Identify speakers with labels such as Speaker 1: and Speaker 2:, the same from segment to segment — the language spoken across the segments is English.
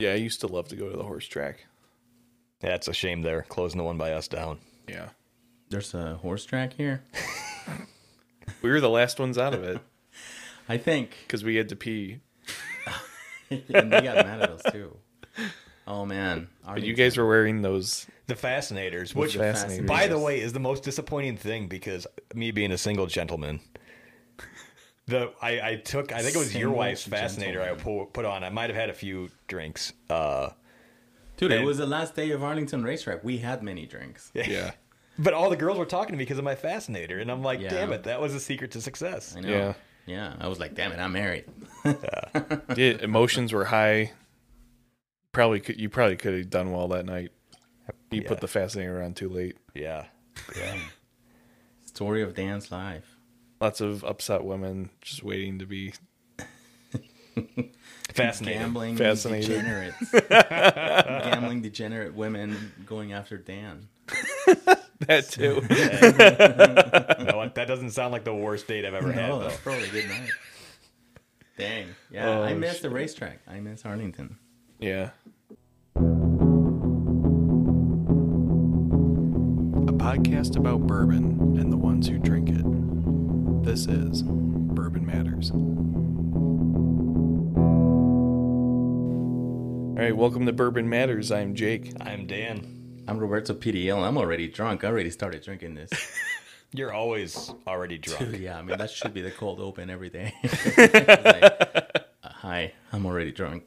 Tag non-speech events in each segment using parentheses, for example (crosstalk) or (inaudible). Speaker 1: Yeah, I used to love to go to the horse track.
Speaker 2: Yeah, it's a shame they're closing the one by us down.
Speaker 1: Yeah.
Speaker 3: There's a horse track here.
Speaker 1: We were the last ones out of it
Speaker 3: I think. (laughs)
Speaker 1: because we had to pee.
Speaker 3: and they got mad at us too. Oh man.
Speaker 1: But you guys were wearing those.
Speaker 2: The Fascinators, which,
Speaker 1: Fascinators.
Speaker 2: by the way, is the most disappointing thing because me being a single gentleman, the I, I took I think it was your
Speaker 3: Single
Speaker 2: wife's Fascinator I pu- put on. I might have had a few drinks. Uh,
Speaker 3: Dude, it was the last day of Arlington Racetrack. We had many drinks.
Speaker 1: Yeah.
Speaker 2: (laughs) but all the girls were talking to me because of my Fascinator, and I'm like,
Speaker 3: Yeah.
Speaker 2: damn it, that was a secret to success.
Speaker 3: I know.
Speaker 1: Yeah.
Speaker 3: Yeah. I was like, damn it, I'm married.
Speaker 1: Yeah, emotions were high. Probably could you probably could have done well that night. You
Speaker 2: Yeah.
Speaker 1: put the fascinator on too late.
Speaker 2: Yeah,
Speaker 3: Story of Dan's life.
Speaker 1: Lots of upset women just waiting to be. (laughs)
Speaker 2: Fascinator. (laughs)
Speaker 3: Gambling
Speaker 1: Fascinated.
Speaker 3: degenerates. Gambling degenerate women going after Dan.
Speaker 1: That too.
Speaker 2: You know what? That doesn't sound like the worst date I've ever had.
Speaker 3: Oh,
Speaker 2: Though.
Speaker 3: that's probably a good night. Dang. Yeah, I miss the racetrack. I miss Arlington.
Speaker 1: yeah.
Speaker 4: a podcast about bourbon and the ones who drink it. This is Bourbon Matters.
Speaker 1: All right. Welcome to Bourbon Matters. I'm Jake.
Speaker 2: I'm Dan.
Speaker 3: I'm Roberto PDL. I'm already drunk. I already started drinking this.
Speaker 2: You're always already drunk.
Speaker 3: (laughs) yeah, I mean that should be the cold open every day. (laughs) Like, uh, hi, I'm already drunk.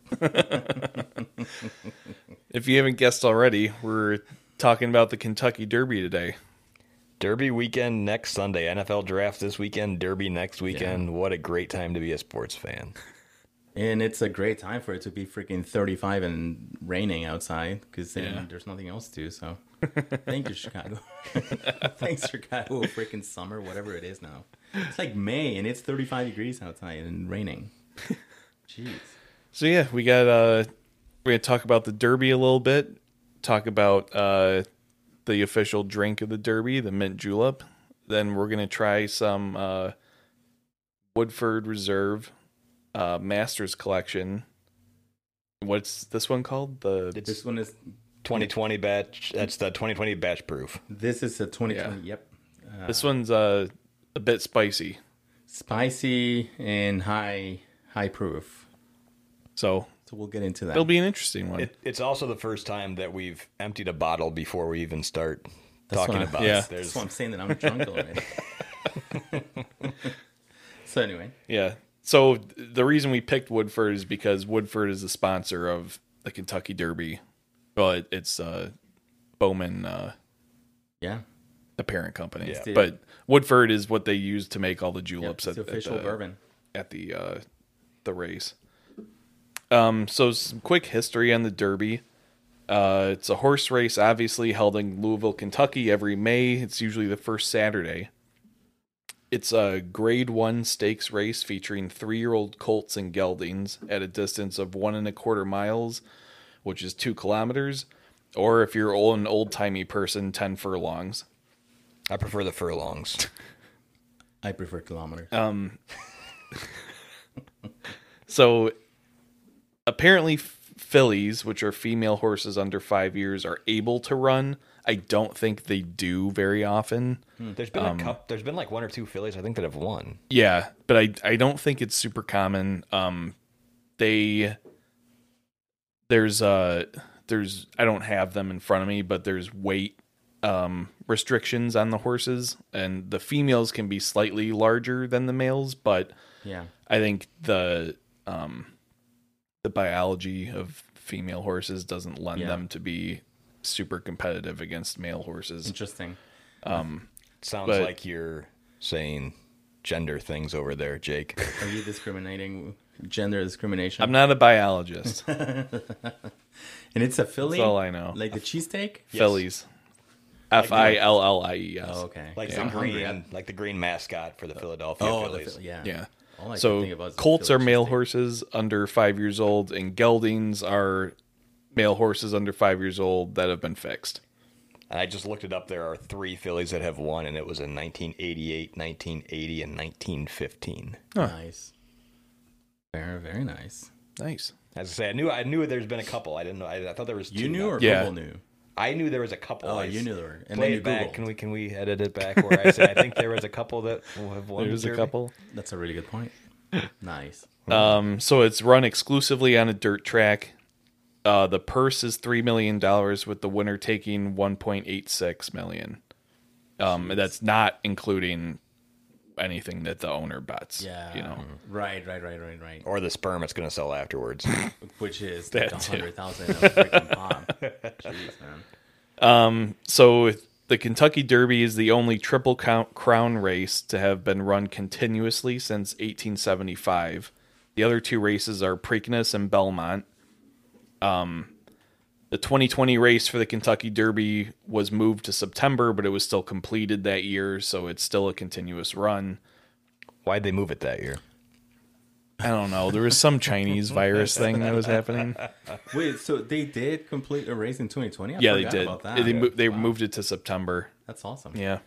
Speaker 1: If you haven't guessed already, we're talking about the Kentucky Derby today.
Speaker 2: Derby weekend next Sunday. NFL draft this weekend. Derby next weekend. What a great time to be a sports fan.
Speaker 3: And it's a great time for it to be freaking 35 and raining outside because then there's nothing else to do. So thank you, Chicago. (laughs) Thanks, Chicago. Freaking summer, whatever it is now. It's like May and it's 35 degrees outside
Speaker 1: (laughs)
Speaker 3: and raining. Jeez.
Speaker 1: So yeah, we got uh we're gonna talk about the Derby a little bit, talk about uh the official drink of the Derby, the mint julep. Then we're gonna try some uh Woodford Reserve uh Masters collection. What's this one called? The
Speaker 3: This one is
Speaker 2: 2020 batch. That's the 2020 batch proof.
Speaker 3: this is a 2020. Yep.
Speaker 1: this one's uh a bit spicy.
Speaker 3: Spicy and high high proof.
Speaker 1: So
Speaker 3: So we'll get into that.
Speaker 1: it'll be an interesting one.
Speaker 2: It, it's also the first time that we've emptied a bottle before we even start
Speaker 3: That's
Speaker 2: talking
Speaker 3: what I-
Speaker 2: about
Speaker 1: Yeah.
Speaker 2: it. There's
Speaker 3: That's why I'm saying that I'm drunk already. (laughs) so anyway,
Speaker 1: Yeah. So th- the reason we picked Woodford is because Woodford is the sponsor of the Kentucky Derby. Well, it, it's uh, Bowman, uh,
Speaker 3: yeah,
Speaker 1: the parent company.
Speaker 2: It's
Speaker 3: the-
Speaker 1: But Woodford is what they use to make all the juleps
Speaker 3: it's
Speaker 1: at, at
Speaker 3: official
Speaker 1: the,
Speaker 3: bourbon.
Speaker 1: at the uh, the race. Um, so some quick history on the Derby. Uh, it's a horse race, obviously held in Louisville, Kentucky, every May. It's usually the first Saturday. It's a Grade One stakes race featuring three-year-old colts and geldings at a distance of one and a quarter miles, which is two kilometers, or if you're old, an old-timey person, ten furlongs.
Speaker 2: I prefer the (laughs) furlongs.
Speaker 3: I prefer kilometers.
Speaker 1: Oh. So apparently, f- fillies, which are female horses under five years, are able to run. I don't think they do very often.
Speaker 2: Hmm. There's been
Speaker 3: Um,
Speaker 2: a cup. There's been like one or two fillies I think that have won.
Speaker 1: Yeah, but I I don't think it's super common. Um, they there's uh there's I don't have them in front of me, but there's weight um restrictions on the horses, and the females can be slightly larger than the males, but
Speaker 3: yeah,
Speaker 1: I think the um the biology of female horses doesn't lend
Speaker 3: Yeah.
Speaker 1: them to be super competitive against male horses.
Speaker 3: interesting.
Speaker 2: Sounds
Speaker 1: But-
Speaker 2: like you're saying gender things over there,
Speaker 3: (laughs)
Speaker 2: Jake.
Speaker 3: Are you discriminating? Gender discrimination?
Speaker 1: I'm not a
Speaker 3: (laughs)
Speaker 1: biologist.
Speaker 3: and it's a Philly.
Speaker 1: all I know.
Speaker 3: Like the cheesesteak.
Speaker 1: Phillies. F I L L I E S.
Speaker 3: Oh, okay.
Speaker 2: Like
Speaker 3: I'm
Speaker 2: the green,
Speaker 3: hungry. I'm-
Speaker 2: like the green mascot for the Philadelphia
Speaker 3: Oh, the
Speaker 2: Phillies.
Speaker 3: Philly, yeah.
Speaker 1: Yeah.
Speaker 3: All I can think about
Speaker 1: So
Speaker 3: is the
Speaker 1: colts
Speaker 3: Philly
Speaker 1: are male
Speaker 3: cheesesteak.
Speaker 1: horses under five years old, and geldings are male horses under five years old that have been fixed.
Speaker 2: And I just looked it up. There are three Phillies that have won, and it was in 1988, 1980, and 1915.
Speaker 3: Nice. Very very nice.
Speaker 1: Nice.
Speaker 2: As I say, I knew I knew there's been a couple. I didn't know. I, I thought there was.
Speaker 3: You
Speaker 2: two
Speaker 3: knew
Speaker 2: now.
Speaker 3: or
Speaker 1: Yeah.
Speaker 3: Google knew?
Speaker 2: I knew there was a couple.
Speaker 3: Oh,
Speaker 2: I
Speaker 3: you
Speaker 2: s-
Speaker 3: knew there were. And
Speaker 2: play
Speaker 3: then you
Speaker 2: it back.
Speaker 3: Googled.
Speaker 2: Can we can we edit it back where I said I think there was a couple that will have won.
Speaker 1: There's
Speaker 2: the
Speaker 1: a
Speaker 2: Derby.
Speaker 1: couple.
Speaker 3: That's a really
Speaker 1: (laughs)
Speaker 3: good point. Nice.
Speaker 1: Um, so it's run exclusively on a dirt track. Uh, the purse is three million dollars, with the winner taking one point eight six million. Um, and that's not including anything that the owner bets.
Speaker 3: Yeah.
Speaker 1: you know,
Speaker 3: Right, right, right, right, right.
Speaker 2: Or the sperm it's going to sell afterwards.
Speaker 3: Which is
Speaker 1: That
Speaker 3: like a
Speaker 1: too.
Speaker 3: hundred thousand of
Speaker 1: (laughs)
Speaker 3: freaking pop. Jeez, man.
Speaker 1: So the Kentucky Derby is the only triple count crown race to have been run continuously since 1875. The other two races are Preakness and Belmont. Um, the 2020 race for the Kentucky Derby was moved to September, but it was still completed that year, so it's still a continuous run.
Speaker 2: Why'd they move it that year?
Speaker 1: I don't know. There was some Chinese virus thing that was happening.
Speaker 3: (laughs) Wait, so they did complete a race in 2020? I
Speaker 1: yeah, they
Speaker 3: forgot
Speaker 1: did.
Speaker 3: About that.
Speaker 1: They, mo- they moved it to September.
Speaker 3: That's awesome.
Speaker 1: Yeah.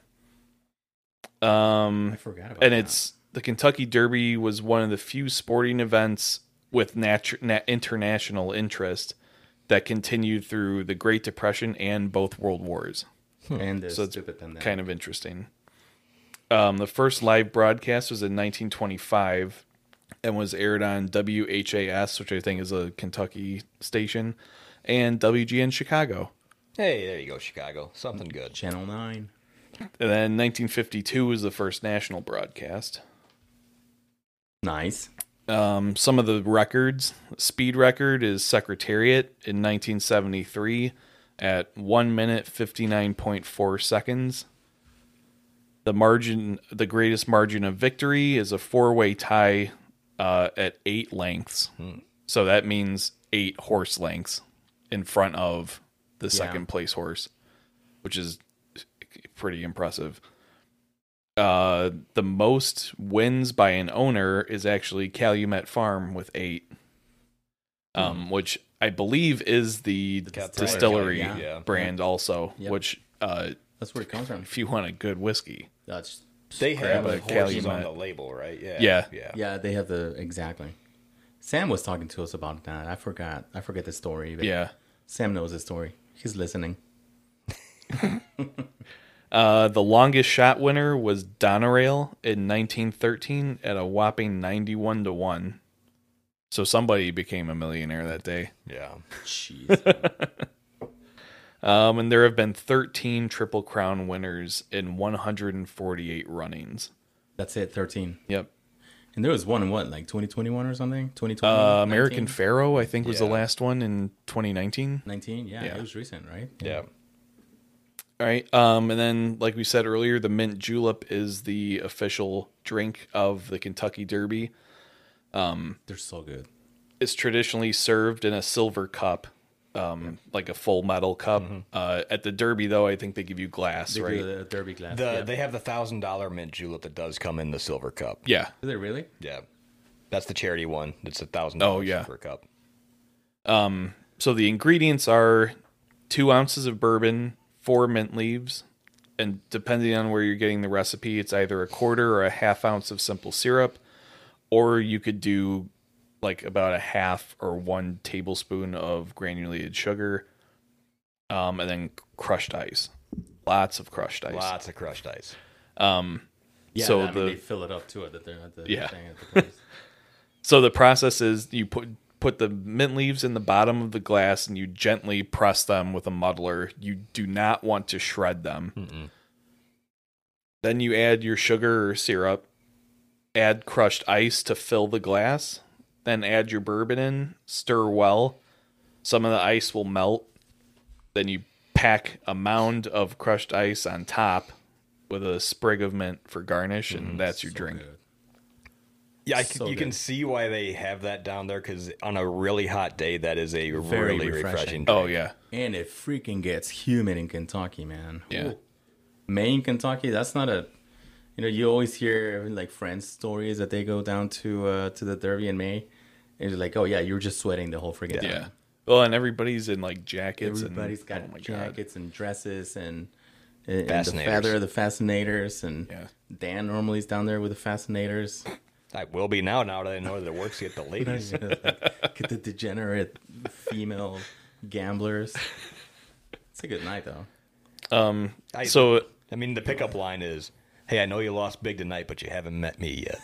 Speaker 1: Um,
Speaker 3: I forgot about
Speaker 1: and
Speaker 3: that.
Speaker 1: it's the Kentucky Derby was one of the few sporting events with natu- na- international interest that continued through the Great Depression and both World Wars.
Speaker 3: and the
Speaker 1: So it's
Speaker 3: stupid them
Speaker 1: kind of interesting. Um, the first live broadcast was in 1925 and was aired on WHAS, which I think is a Kentucky station, and WGN Chicago.
Speaker 2: Hey, there you go, Chicago. Something good.
Speaker 3: Channel Nine.
Speaker 1: And then 1952 was the first national broadcast.
Speaker 3: Nice.
Speaker 1: Um, some of the records speed record is Secretariat in 1973 at 1 minute 59.4 seconds. The margin, the greatest margin of victory is a four way tie uh, at eight lengths.
Speaker 2: Hmm.
Speaker 1: So that means eight horse lengths in front of the second place horse, which is pretty impressive uh, the most wins by an owner is actually Calumet Farm with eight,
Speaker 3: Hmm.
Speaker 1: um, which I believe is the distillery
Speaker 3: Yeah.
Speaker 2: Yeah.
Speaker 1: brand also.
Speaker 3: Yep.
Speaker 1: Which, uh,
Speaker 3: That's where it comes from.
Speaker 1: if you want a good whiskey,
Speaker 3: That's
Speaker 2: They have
Speaker 1: Grab a
Speaker 2: horses on
Speaker 1: Calumet.
Speaker 2: the label, right? Yeah.
Speaker 1: Yeah.
Speaker 2: Yeah.
Speaker 3: yeah. They have the exactly. Sam was talking to us about that. I forgot. I forget the story. But
Speaker 1: yeah.
Speaker 3: Sam knows the story. He's listening.
Speaker 1: Uh, the longest shot winner was Donerail in 1913 at a whopping 91 to one. So somebody became a millionaire that day.
Speaker 2: Yeah.
Speaker 3: Jeez.
Speaker 1: Um, and there have been 13 Triple Crown winners in 148 runnings.
Speaker 3: That's it. Thirteen.
Speaker 1: Yep.
Speaker 3: And there was one in what, like 2021 or something? 2020.
Speaker 1: Uh, American Pharaoh, I think, was the
Speaker 2: Yeah.
Speaker 1: last one in 2019.
Speaker 3: 19. Yeah,
Speaker 1: Yeah.
Speaker 3: It was recent, right?
Speaker 2: Yeah.
Speaker 1: All right. Um, and then, like we said earlier, the mint julep is the official drink of the Kentucky Derby.
Speaker 3: They're so good.
Speaker 1: It's traditionally served in a silver cup, um, like a full metal cup. Uh, at the Derby, though, I think they give you glass,
Speaker 3: Mm-hmm. They
Speaker 1: right?
Speaker 3: do the derby glass.
Speaker 2: The
Speaker 3: yeah.
Speaker 2: they have the thousand dollar mint julep that does come in the silver cup.
Speaker 1: Yeah.
Speaker 3: Do they really?
Speaker 2: Yeah. That's the charity one. It's a thousand
Speaker 1: Oh,
Speaker 2: dollars
Speaker 1: yeah.
Speaker 2: for a cup.
Speaker 1: So the ingredients are two ounces of bourbon, four mint leaves, and depending on where you're getting the recipe, it's either a quarter or a half ounce of simple syrup, or you could do like about a half or one tablespoon of granulated sugar, um, and then crushed ice. Lots of crushed ice.
Speaker 2: Lots of crushed ice.
Speaker 3: Yeah.
Speaker 1: Um, So
Speaker 3: I mean,
Speaker 1: the-
Speaker 3: they fill it up too at the, at the
Speaker 1: Yeah. (laughs)
Speaker 3: thing at the place.
Speaker 1: So the process is you put put the mint leaves in the bottom of the glass and you gently press them with a muddler. You do not want to shred them. Then you add your sugar or syrup, add crushed ice to fill the glass, then add your bourbon in, stir well. Some of the ice will melt. Then you pack a mound of crushed ice on top with a sprig of mint for garnish and that's your drink.
Speaker 3: Mm-hmm. Good.
Speaker 2: Yeah, I c-
Speaker 3: So
Speaker 2: you can
Speaker 3: good.
Speaker 2: see why they have that down there because on a really hot day, that is a
Speaker 3: Very
Speaker 2: really refreshing.
Speaker 3: refreshing.
Speaker 1: Oh yeah.
Speaker 3: And it freaking gets humid in Kentucky, man.
Speaker 1: Yeah.
Speaker 3: Ooh. Maine, Kentucky, that's not a you know, you always hear like friends stories that they go down to uh to the Derby in May. And you're like, Oh yeah, you're just sweating the whole freaking
Speaker 1: Yeah.
Speaker 3: time.
Speaker 1: Well, and everybody's in like jackets.
Speaker 3: Everybody's
Speaker 1: and,
Speaker 3: got
Speaker 1: oh my God.
Speaker 3: jackets and dresses and, and the
Speaker 2: Fascinators.
Speaker 3: feather, the fascinators and
Speaker 1: Yeah.
Speaker 3: Dan normally is down there with the fascinators.
Speaker 2: I will be now. Now that I know that it works to get the ladies.
Speaker 3: Like, get the degenerate female gamblers. It's a good night though. (laughs)
Speaker 2: I,
Speaker 1: So
Speaker 2: I mean, the pickup line is, "Hey, I know you lost big tonight, but you haven't met me yet."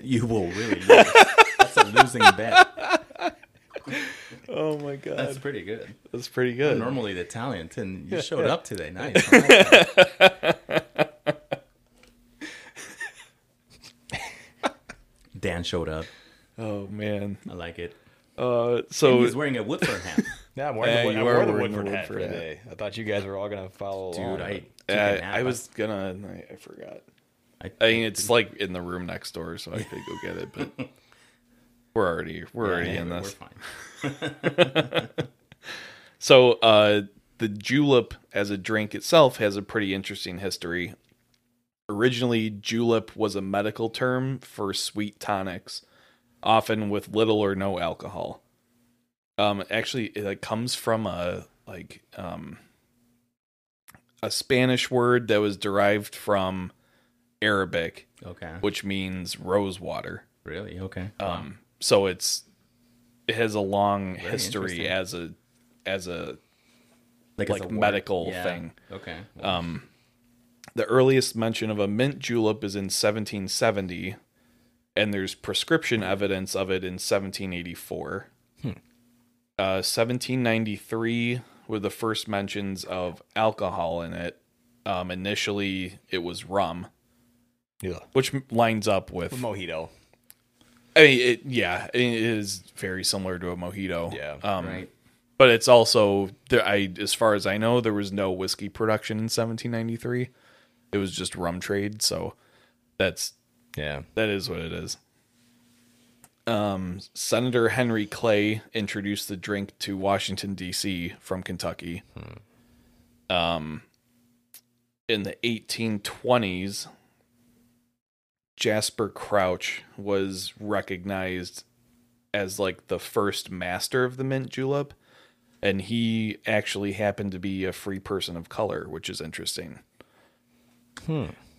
Speaker 3: You will really lose. That's a losing bet.
Speaker 1: Oh my god.
Speaker 3: That's
Speaker 1: That's,
Speaker 3: pretty good.
Speaker 1: pretty good.
Speaker 3: Normally the talent, and you showed up today. Nice. Dan showed up.
Speaker 1: Oh man.
Speaker 3: I like it.
Speaker 1: Uh
Speaker 3: And
Speaker 1: so
Speaker 3: he's wearing a Woodford
Speaker 1: (laughs)
Speaker 3: hat.
Speaker 2: Yeah, I'm wearing
Speaker 1: Yeah,
Speaker 2: the, Wood-
Speaker 1: you
Speaker 2: I
Speaker 1: are
Speaker 2: wore the
Speaker 1: wearing the
Speaker 2: Woodford hat for
Speaker 1: Woodford hat.
Speaker 2: today. I thought you guys were all gonna follow along.
Speaker 3: Dude, I took
Speaker 1: I,
Speaker 3: a nap.
Speaker 1: I was gonna I, I forgot.
Speaker 3: I,
Speaker 1: I mean it's like in the room next door, so I could go get it,
Speaker 3: (laughs)
Speaker 1: but we're already we're already
Speaker 3: yeah,
Speaker 1: in
Speaker 3: we're
Speaker 1: this.
Speaker 3: fine.
Speaker 1: So uh, the julep as a drink itself has a pretty interesting history. Originally, julep was a medical term for sweet tonics, often with little or no alcohol. Um, actually, it like, comes from a like um, a Spanish word that was derived from Arabic,
Speaker 3: Okay.
Speaker 1: which means rose water.
Speaker 3: Really? Okay.
Speaker 1: Um, so it's it has a long history
Speaker 3: interesting.
Speaker 1: as a as a
Speaker 3: like
Speaker 1: like
Speaker 3: as a word.
Speaker 1: medical
Speaker 3: Yeah.
Speaker 1: thing.
Speaker 3: Okay.
Speaker 1: The earliest mention of a mint julep is in 1770, and there's prescription evidence of it in 1784. Uh, 1793 were the first mentions of alcohol in it. Um, initially, it was rum,
Speaker 2: Yeah.
Speaker 1: which m- lines up with.
Speaker 2: Mojito.
Speaker 1: I mean, it, yeah, it is very similar to a mojito.
Speaker 2: Yeah.
Speaker 1: Um,
Speaker 3: right.
Speaker 1: But it's also there. I, as far as I know, there was no whiskey production in 1793. It was just rum trade. So that's
Speaker 2: Yeah.
Speaker 1: that is what it is. Um, Senator Henry Clay introduced the drink to Washington D.C. from Kentucky. Um, in the 1820s, Jasper Crouch was recognized as like the first master of the mint julep, and he actually happened to be a free person of color, which is interesting.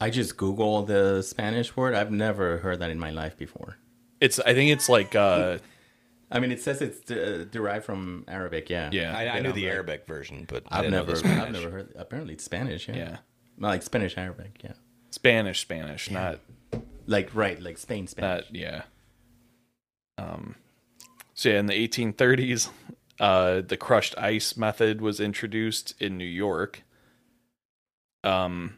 Speaker 3: I just Googled the Spanish word. I've never heard that in my life before.
Speaker 1: It's I think it's like uh
Speaker 3: I mean, it says it's de- derived from Arabic. Yeah.
Speaker 1: yeah
Speaker 2: I, I knew
Speaker 3: I'm
Speaker 2: the
Speaker 3: like-
Speaker 2: Arabic version, but I
Speaker 3: I've
Speaker 2: didn't know
Speaker 3: never,
Speaker 2: the
Speaker 3: I've
Speaker 2: Spanish.
Speaker 3: never heard. Apparently, it's Spanish. Yeah.
Speaker 1: yeah.
Speaker 3: Well, like Spanish Arabic. Yeah.
Speaker 1: Spanish, Spanish, not
Speaker 3: Like right, like Spain Spanish.
Speaker 1: not yeah. Um. So yeah, in the 1830s, uh, the crushed ice method was introduced in New York. Um,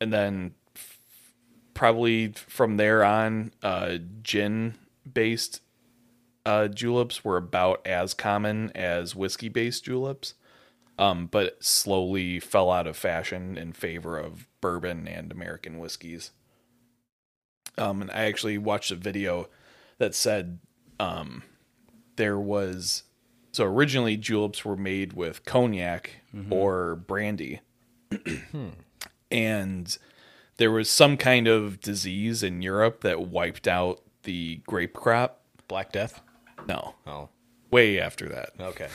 Speaker 1: and then f- probably from there on, uh, gin-based uh, juleps were about as common as whiskey-based juleps. Um, but slowly fell out of fashion in favor of bourbon and American whiskeys. Um, and I actually watched a video that said um, there was so originally juleps were made with cognac
Speaker 2: Mm-hmm.
Speaker 1: or
Speaker 2: (clears throat)
Speaker 1: brandy,
Speaker 2: Hmm.
Speaker 1: and there was some kind of disease in Europe that wiped out the grape crop.
Speaker 2: Black Death.
Speaker 1: No,
Speaker 2: Oh,
Speaker 1: way after that,
Speaker 2: okay.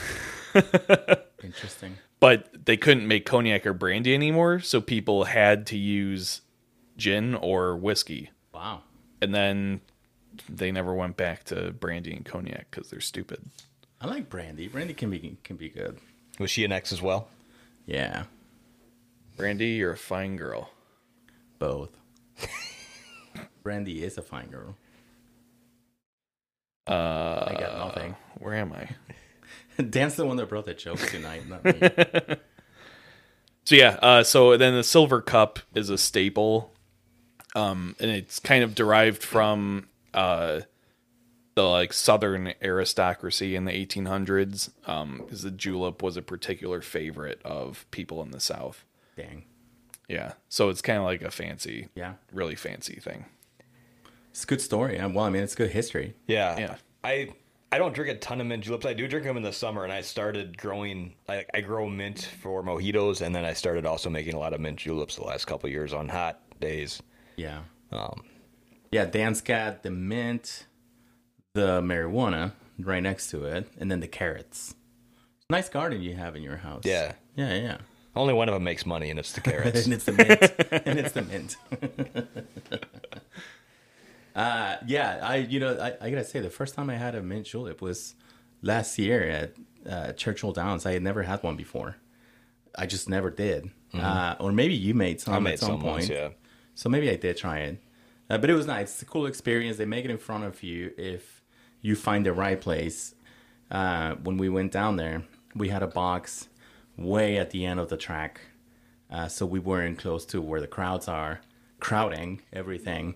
Speaker 3: Interesting.
Speaker 1: but they couldn't make cognac or brandy anymore, so people had to use gin or whiskey.
Speaker 3: Wow.
Speaker 1: and then they never went back to brandy and cognac because they're stupid.
Speaker 3: I like brandy. Brandy can be can be good.
Speaker 2: Was she an ex as well?
Speaker 3: Yeah.
Speaker 1: Brandy, you're a fine girl.
Speaker 3: Both. (laughs) brandy is a fine girl. Uh, I got nothing. (laughs)
Speaker 1: Where am I?
Speaker 3: Dan's the one that brought the joke tonight. Not
Speaker 2: (laughs)
Speaker 3: me.
Speaker 1: So yeah, uh, so then the silver cup is a staple, um, and it's kind of derived from uh, the like southern aristocracy in the 1800s, um, because the julep was a particular favorite of people in the South.
Speaker 3: Dang.
Speaker 1: Yeah, so it's kind of like a fancy,
Speaker 3: Yeah.
Speaker 1: really fancy thing.
Speaker 3: It's a good story. and, Well, I mean, it's good history.
Speaker 2: Yeah.
Speaker 1: Yeah.
Speaker 2: I I don't drink a ton of mint juleps. I do drink them in the summer, and I started growing. I, I grow mint for mojitos, and then I started also making a lot of mint juleps the last couple of years on hot days.
Speaker 3: Yeah.
Speaker 2: Um,
Speaker 3: Yeah, Dan's got the mint, the marijuana right next to it, and then the carrots. Nice garden you have in your house.
Speaker 2: Yeah.
Speaker 3: (laughs) Yeah, yeah.
Speaker 2: Only one of them makes money, and
Speaker 3: (laughs)
Speaker 2: it's the carrots.
Speaker 3: and it's the mint. and it's the mint. (laughs) uh, yeah, I you know I, I gotta say the first time I had a mint julep was last year at uh, Churchill Downs. I had never had one before. I just never did. Uh, or maybe you made some
Speaker 2: I made
Speaker 3: at some,
Speaker 2: some
Speaker 3: point.
Speaker 2: once, yeah.
Speaker 3: So maybe I did try it. Uh, but it was nice. It's a cool experience. They make it in front of you if you find the right place. Uh, when we went down there, we had a box way at the end of the track. Uh, so we weren't close to where the crowds are, crowding everything,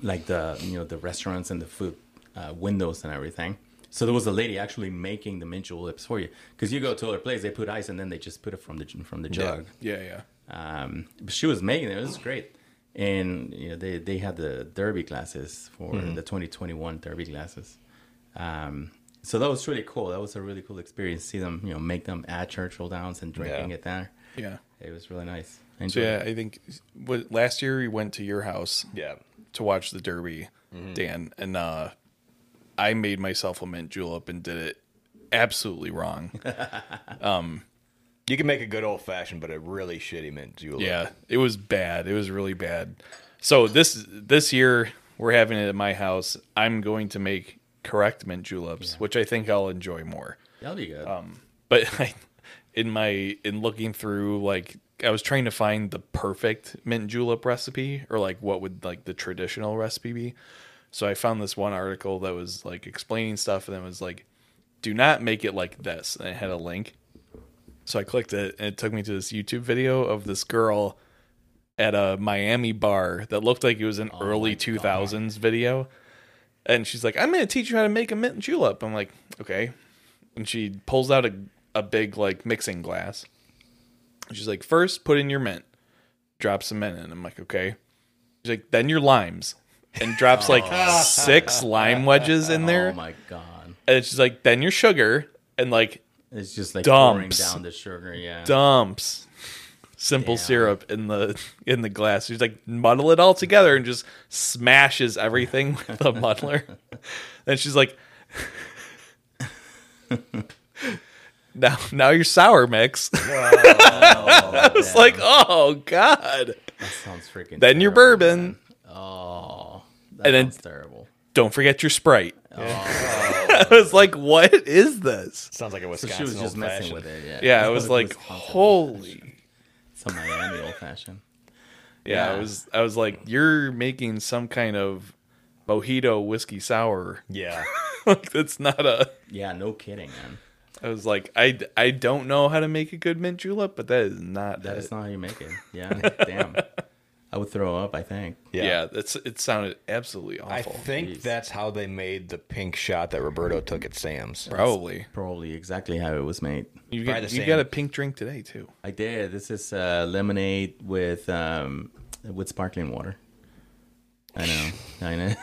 Speaker 3: like the you know the restaurants and the food uh, windows and everything. So there was a lady actually making the mint juleps for you because you go to other place, they put ice and then they just put it from the from the jug
Speaker 1: Yeah, yeah.
Speaker 3: um, but she was making it. It was great. And you know, they, they had the derby classes for
Speaker 1: Mm-hmm.
Speaker 3: the 2021 derby classes. Um, so that was really cool. That was a really cool experience. See them, you know, make them at Churchill Downs and drinking
Speaker 2: Yeah.
Speaker 3: it there.
Speaker 1: Yeah.
Speaker 3: It was really nice. I
Speaker 1: So
Speaker 3: enjoyed
Speaker 1: yeah,
Speaker 3: it.
Speaker 1: I think what, last year we went to your house
Speaker 2: yeah.
Speaker 1: to watch the derby, Dan, and uh I made myself a mint julep and did it absolutely wrong.
Speaker 2: You can make a good old fashioned, but a really shitty mint julep. (laughs)
Speaker 1: Yeah, it was bad. It was really bad. So this this year we're having it at my house. I'm going to make correct mint juleps, which I think I'll enjoy more.
Speaker 3: That'll be good.
Speaker 1: Um, But (laughs) I, in my in looking through like I was trying to find the perfect mint julep recipe or like what would like the traditional recipe be. So I found this one article that was like explaining stuff and it was like do not make it like this and it had a link. So I clicked it and it took me to this YouTube video of this girl at a Miami bar that looked like it was
Speaker 3: Oh
Speaker 1: an early 2000s video. And she's like, "I'm going to teach you how to make a mint julep." I'm like, "Okay." and she pulls out a, a big like mixing glass. She's like, first put in your mint, drop some mint in. I'm like, okay. She's like, then your limes, and drops like six lime wedges in there.
Speaker 3: oh my god!
Speaker 1: and she's like, then your sugar, and like
Speaker 3: It's just like
Speaker 1: Dumps.
Speaker 3: pouring down the sugar. Yeah.
Speaker 1: dumps simple
Speaker 3: Damn.
Speaker 1: syrup in the in the glass. She's like muddle it all together and just smashes everything (laughs) with the muddler. and she's like (laughs) Now now you're sour mix. (laughs)
Speaker 3: (laughs)
Speaker 1: I was like, "Oh god."
Speaker 3: That sounds freaking.
Speaker 1: Then your
Speaker 3: terrible,
Speaker 1: bourbon.
Speaker 3: man. Oh, that
Speaker 1: And then-
Speaker 3: sounds terrible.
Speaker 1: Don't forget your Sprite. (laughs) I
Speaker 3: Oh,
Speaker 1: was like, "What is this?"
Speaker 2: Oh. Sounds like a
Speaker 3: So
Speaker 2: Wisconsin
Speaker 3: she was just
Speaker 2: old
Speaker 3: messing
Speaker 2: fashioned.
Speaker 3: with (laughs) it. Yeah.
Speaker 1: Yeah, I was like,
Speaker 3: Wisconsin.
Speaker 1: "Holy."
Speaker 3: It's a Miami old fashioned.
Speaker 1: Yeah, I
Speaker 3: Yeah.
Speaker 1: was I was like, "You're making some kind of mojito whiskey sour." (laughs)
Speaker 3: (laughs)
Speaker 2: Yeah.
Speaker 1: like that's not a
Speaker 3: Yeah, no kidding, man.
Speaker 1: i was like i i don't know how to make a good mint julep but that is not
Speaker 3: That
Speaker 1: it.
Speaker 3: is not how you make (laughs) it. Yeah, damn. I would throw up. I think.
Speaker 1: yeah.
Speaker 2: Yeah.
Speaker 1: that's it sounded absolutely
Speaker 2: I
Speaker 1: awful
Speaker 2: think that's how they made the pink shot that Roberto took at Sam's.
Speaker 1: probably
Speaker 3: Probably exactly how it was made.
Speaker 1: you
Speaker 2: Probably
Speaker 1: get,
Speaker 2: the
Speaker 1: you
Speaker 2: same.
Speaker 1: got a pink drink today too
Speaker 3: I did. This is uh, lemonade with um, with sparkling water. I (laughs) know. I know.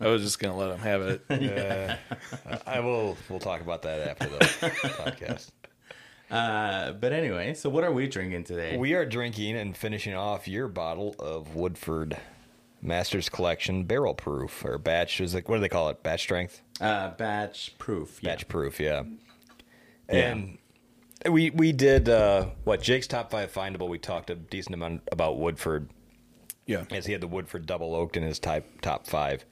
Speaker 1: i was just gonna let him have (laughs) it
Speaker 2: I will. We'll talk about that after
Speaker 3: (laughs)
Speaker 2: the podcast.
Speaker 3: Uh, but anyway, so what are we drinking today?
Speaker 2: (laughs) We are drinking and finishing off your bottle of Woodford Masters Collection Barrel Proof or batch is like what do they call it? Batch strength,
Speaker 3: uh, batch proof. Yeah.
Speaker 2: batch proof, yeah. And we we did uh, what Jake's top five findable. We talked a decent amount about Woodford
Speaker 1: yeah
Speaker 2: as he had the Woodford double oaked in his type, top five.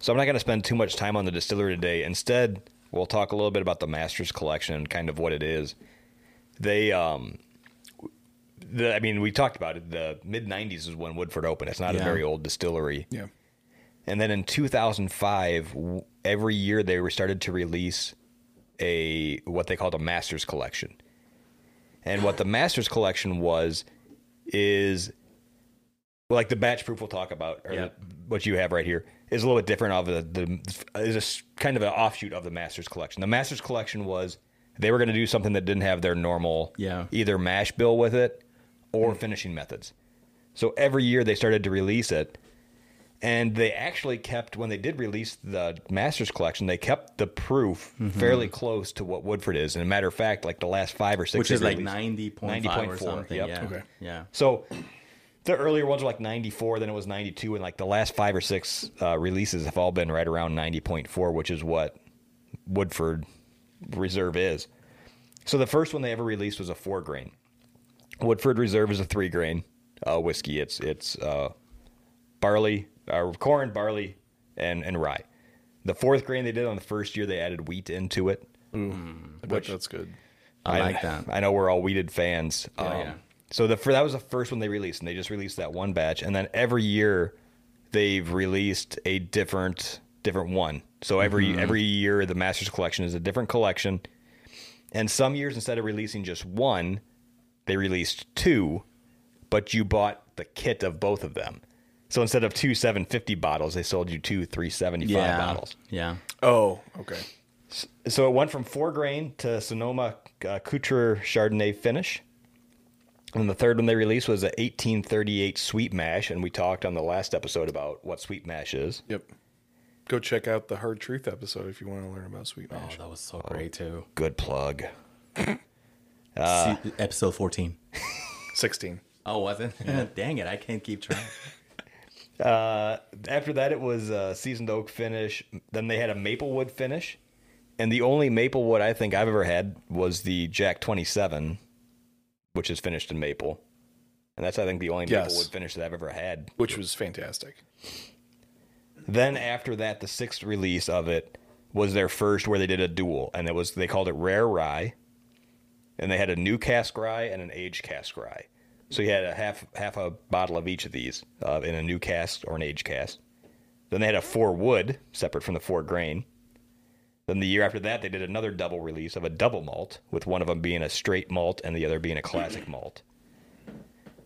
Speaker 2: So I'm not going to spend too much time on the distillery today. Instead, we'll talk a little bit about the Masters Collection and kind of what it is. They, um, the, I mean, we talked about it. The mid '90s is when Woodford opened. It's not a
Speaker 3: Yeah.
Speaker 2: very old distillery.
Speaker 1: yeah
Speaker 2: And then in 2005, w- every year they were started to release a what they called a master's collection. And what the master's collection was is well, like the batch proof we'll talk about or
Speaker 3: Yeah.
Speaker 2: the- what you have right here is a little bit different of the, the is a s- kind of an offshoot of the master's collection. The master's collection was they were going to do something that didn't have their normal
Speaker 3: Yeah. Hmm.
Speaker 2: either mash bill with it or finishing methods. So every year they started to release it. And they actually kept, when they did release the Masters Collection, they kept the proof
Speaker 3: Mm-hmm.
Speaker 2: fairly close to what Woodford is. And a matter of fact, like the last five or six,
Speaker 3: Which is
Speaker 2: they've
Speaker 3: like
Speaker 2: released-
Speaker 3: ninety point five or
Speaker 2: 90.4,
Speaker 3: something.
Speaker 2: yep.
Speaker 3: Yeah.
Speaker 1: Okay.
Speaker 3: Yeah.
Speaker 2: So the earlier ones were like 94, then it was 92. And like the last five or six uh, releases have all been right around 90.4, which is what Woodford Reserve is. So the first one they ever released was a four grain. Woodford Reserve is a three grain uh, whiskey. It's it's uh, barley, uh, corn, barley, and and rye. The fourth grain they did on the first year they added wheat into it.
Speaker 1: I bet that's good.
Speaker 3: I like that.
Speaker 2: I know we're all weeded fans. um,
Speaker 3: yeah.
Speaker 2: So the fir- that was the first one they released, and they just released that one batch, and then every year they've released a different different one. So every
Speaker 3: Mm-hmm.
Speaker 2: every year the Masters Collection is a different collection, and some years instead of releasing just one, they released two, but you bought the kit of both of them. So instead of two seven fifty bottles, they sold you two three seventy five
Speaker 3: yeah.
Speaker 2: bottles.
Speaker 3: Yeah.
Speaker 1: Oh, okay.
Speaker 2: So it went from four grain to Sonoma uh, Couture Chardonnay finish. And the third one they released was a 1838 Sweet Mash. And we talked on the last episode about what Sweet Mash is.
Speaker 1: Yep. Go check out the Hard Truth episode if you want to learn about Sweet
Speaker 3: Oh,
Speaker 1: Mash.
Speaker 3: that was so great too.
Speaker 2: Good plug.
Speaker 3: See, Uh, episode 14.
Speaker 1: 16.
Speaker 3: Oh, was it? (laughs) Dang it, I can't keep (laughs) track.
Speaker 2: After that, it was a seasoned oak finish. Then they had a Maplewood finish. And the only Maplewood I think I've ever had was the Jack 27, which is finished in maple. And that's, I think, the only
Speaker 1: Yes.
Speaker 2: Maplewood finish that I've ever had.
Speaker 1: Which was fantastic.
Speaker 2: Then after that, the sixth release of it was their first where they did a duel, and it was they called it rare rye, and they had a new cask rye and an aged cask rye. So you had a half half a bottle of each of these uh, in a new cask or an aged cask. Then they had a four wood separate from the four grain. Then the year after that, they did another double release of a double malt, with one of them being a straight malt and the other being a classic malt.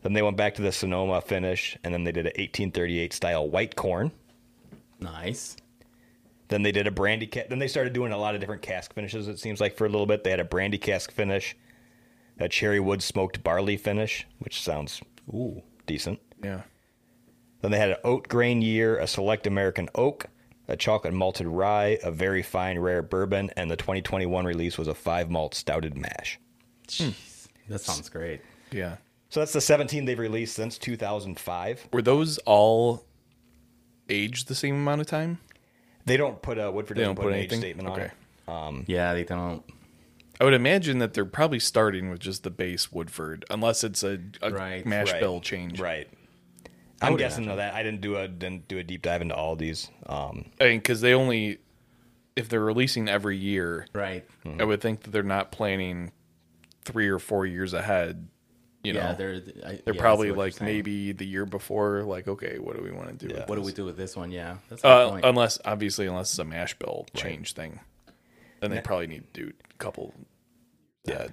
Speaker 2: Then they went back to the Sonoma finish, and then they did an 1838 style white corn.
Speaker 3: Nice.
Speaker 2: Then they did a brandy cask. Then they started doing a lot of different cask finishes. It seems like for a little bit they had a brandy cask finish, a cherry wood smoked barley finish, which sounds
Speaker 3: Ooh.
Speaker 2: decent.
Speaker 1: Yeah.
Speaker 2: Then they had an oat grain year, a select American oak, a chocolate malted rye, a very fine rare bourbon, and the 2021 release was a five malt stouted mash.
Speaker 3: Jeez. That sounds great.
Speaker 1: Yeah.
Speaker 2: So that's the 17 they've released since 2005.
Speaker 1: Were those all aged the same amount of time?
Speaker 2: They don't put a Woodford
Speaker 1: They
Speaker 2: doesn't
Speaker 1: don't
Speaker 2: put,
Speaker 1: put
Speaker 2: an
Speaker 1: anything?
Speaker 2: age statement on
Speaker 1: Okay.
Speaker 2: it.
Speaker 3: Yeah, they don't.
Speaker 1: I would imagine that they're probably starting with just the base Woodford, unless it's a, a
Speaker 3: Right,
Speaker 1: mash
Speaker 2: right,
Speaker 1: bill change.
Speaker 2: Right. I'm guessing though that I didn't do a didn't do a deep dive into all these. Um,
Speaker 1: I mean, because they only, if they're releasing every year,
Speaker 3: Right.
Speaker 1: I would think that they're not planning three or four years ahead. You know,
Speaker 3: yeah,
Speaker 1: they're,
Speaker 3: they're. I, yeah, I see what
Speaker 1: probably
Speaker 3: you're
Speaker 1: like
Speaker 3: saying.
Speaker 1: maybe the year before, like, okay, what do we want to do? with
Speaker 3: What do
Speaker 1: this?
Speaker 3: we do with this one? Yeah. That's a good
Speaker 1: Uh,
Speaker 3: point.
Speaker 1: unless, obviously, unless it's a mash bill change thing, then they probably need to do a couple. Yeah.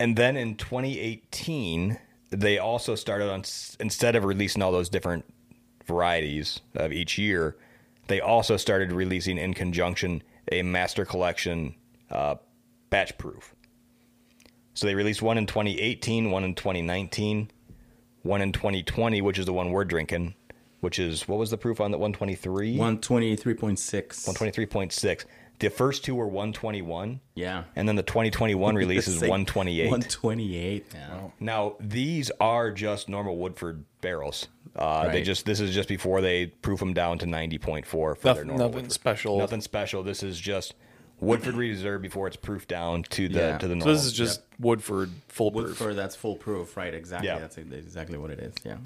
Speaker 2: And then in 2018, they also started on instead of releasing all those different varieties of each year, they also started releasing in conjunction a master collection uh, batch proof. So they released one in 2018, one in 2019, one in 2020, which is the one we're drinking, which is what was the proof on that 123?
Speaker 3: 123.6.
Speaker 2: 123.6. The first two were 121,
Speaker 3: Yeah.
Speaker 2: and then the
Speaker 3: (laughs)
Speaker 2: 2021 release is
Speaker 3: Say
Speaker 2: 128.
Speaker 3: 128. Yeah.
Speaker 2: Now these are just normal Woodford barrels. Uh, They
Speaker 3: Right.
Speaker 2: just this is just before they proof them down to ninety point four for their
Speaker 1: Nothing,
Speaker 2: normal.
Speaker 1: nothing
Speaker 2: Woodford.
Speaker 1: special.
Speaker 2: Nothing special. This is just Woodford Reserve before it's proofed down to the
Speaker 3: Yeah.
Speaker 2: to the
Speaker 1: So
Speaker 2: normal.
Speaker 1: this is just Woodford full proof.
Speaker 3: Woodford, that's foolproof, right? Exactly.
Speaker 2: Yeah.
Speaker 3: That's exactly what it is. Yeah.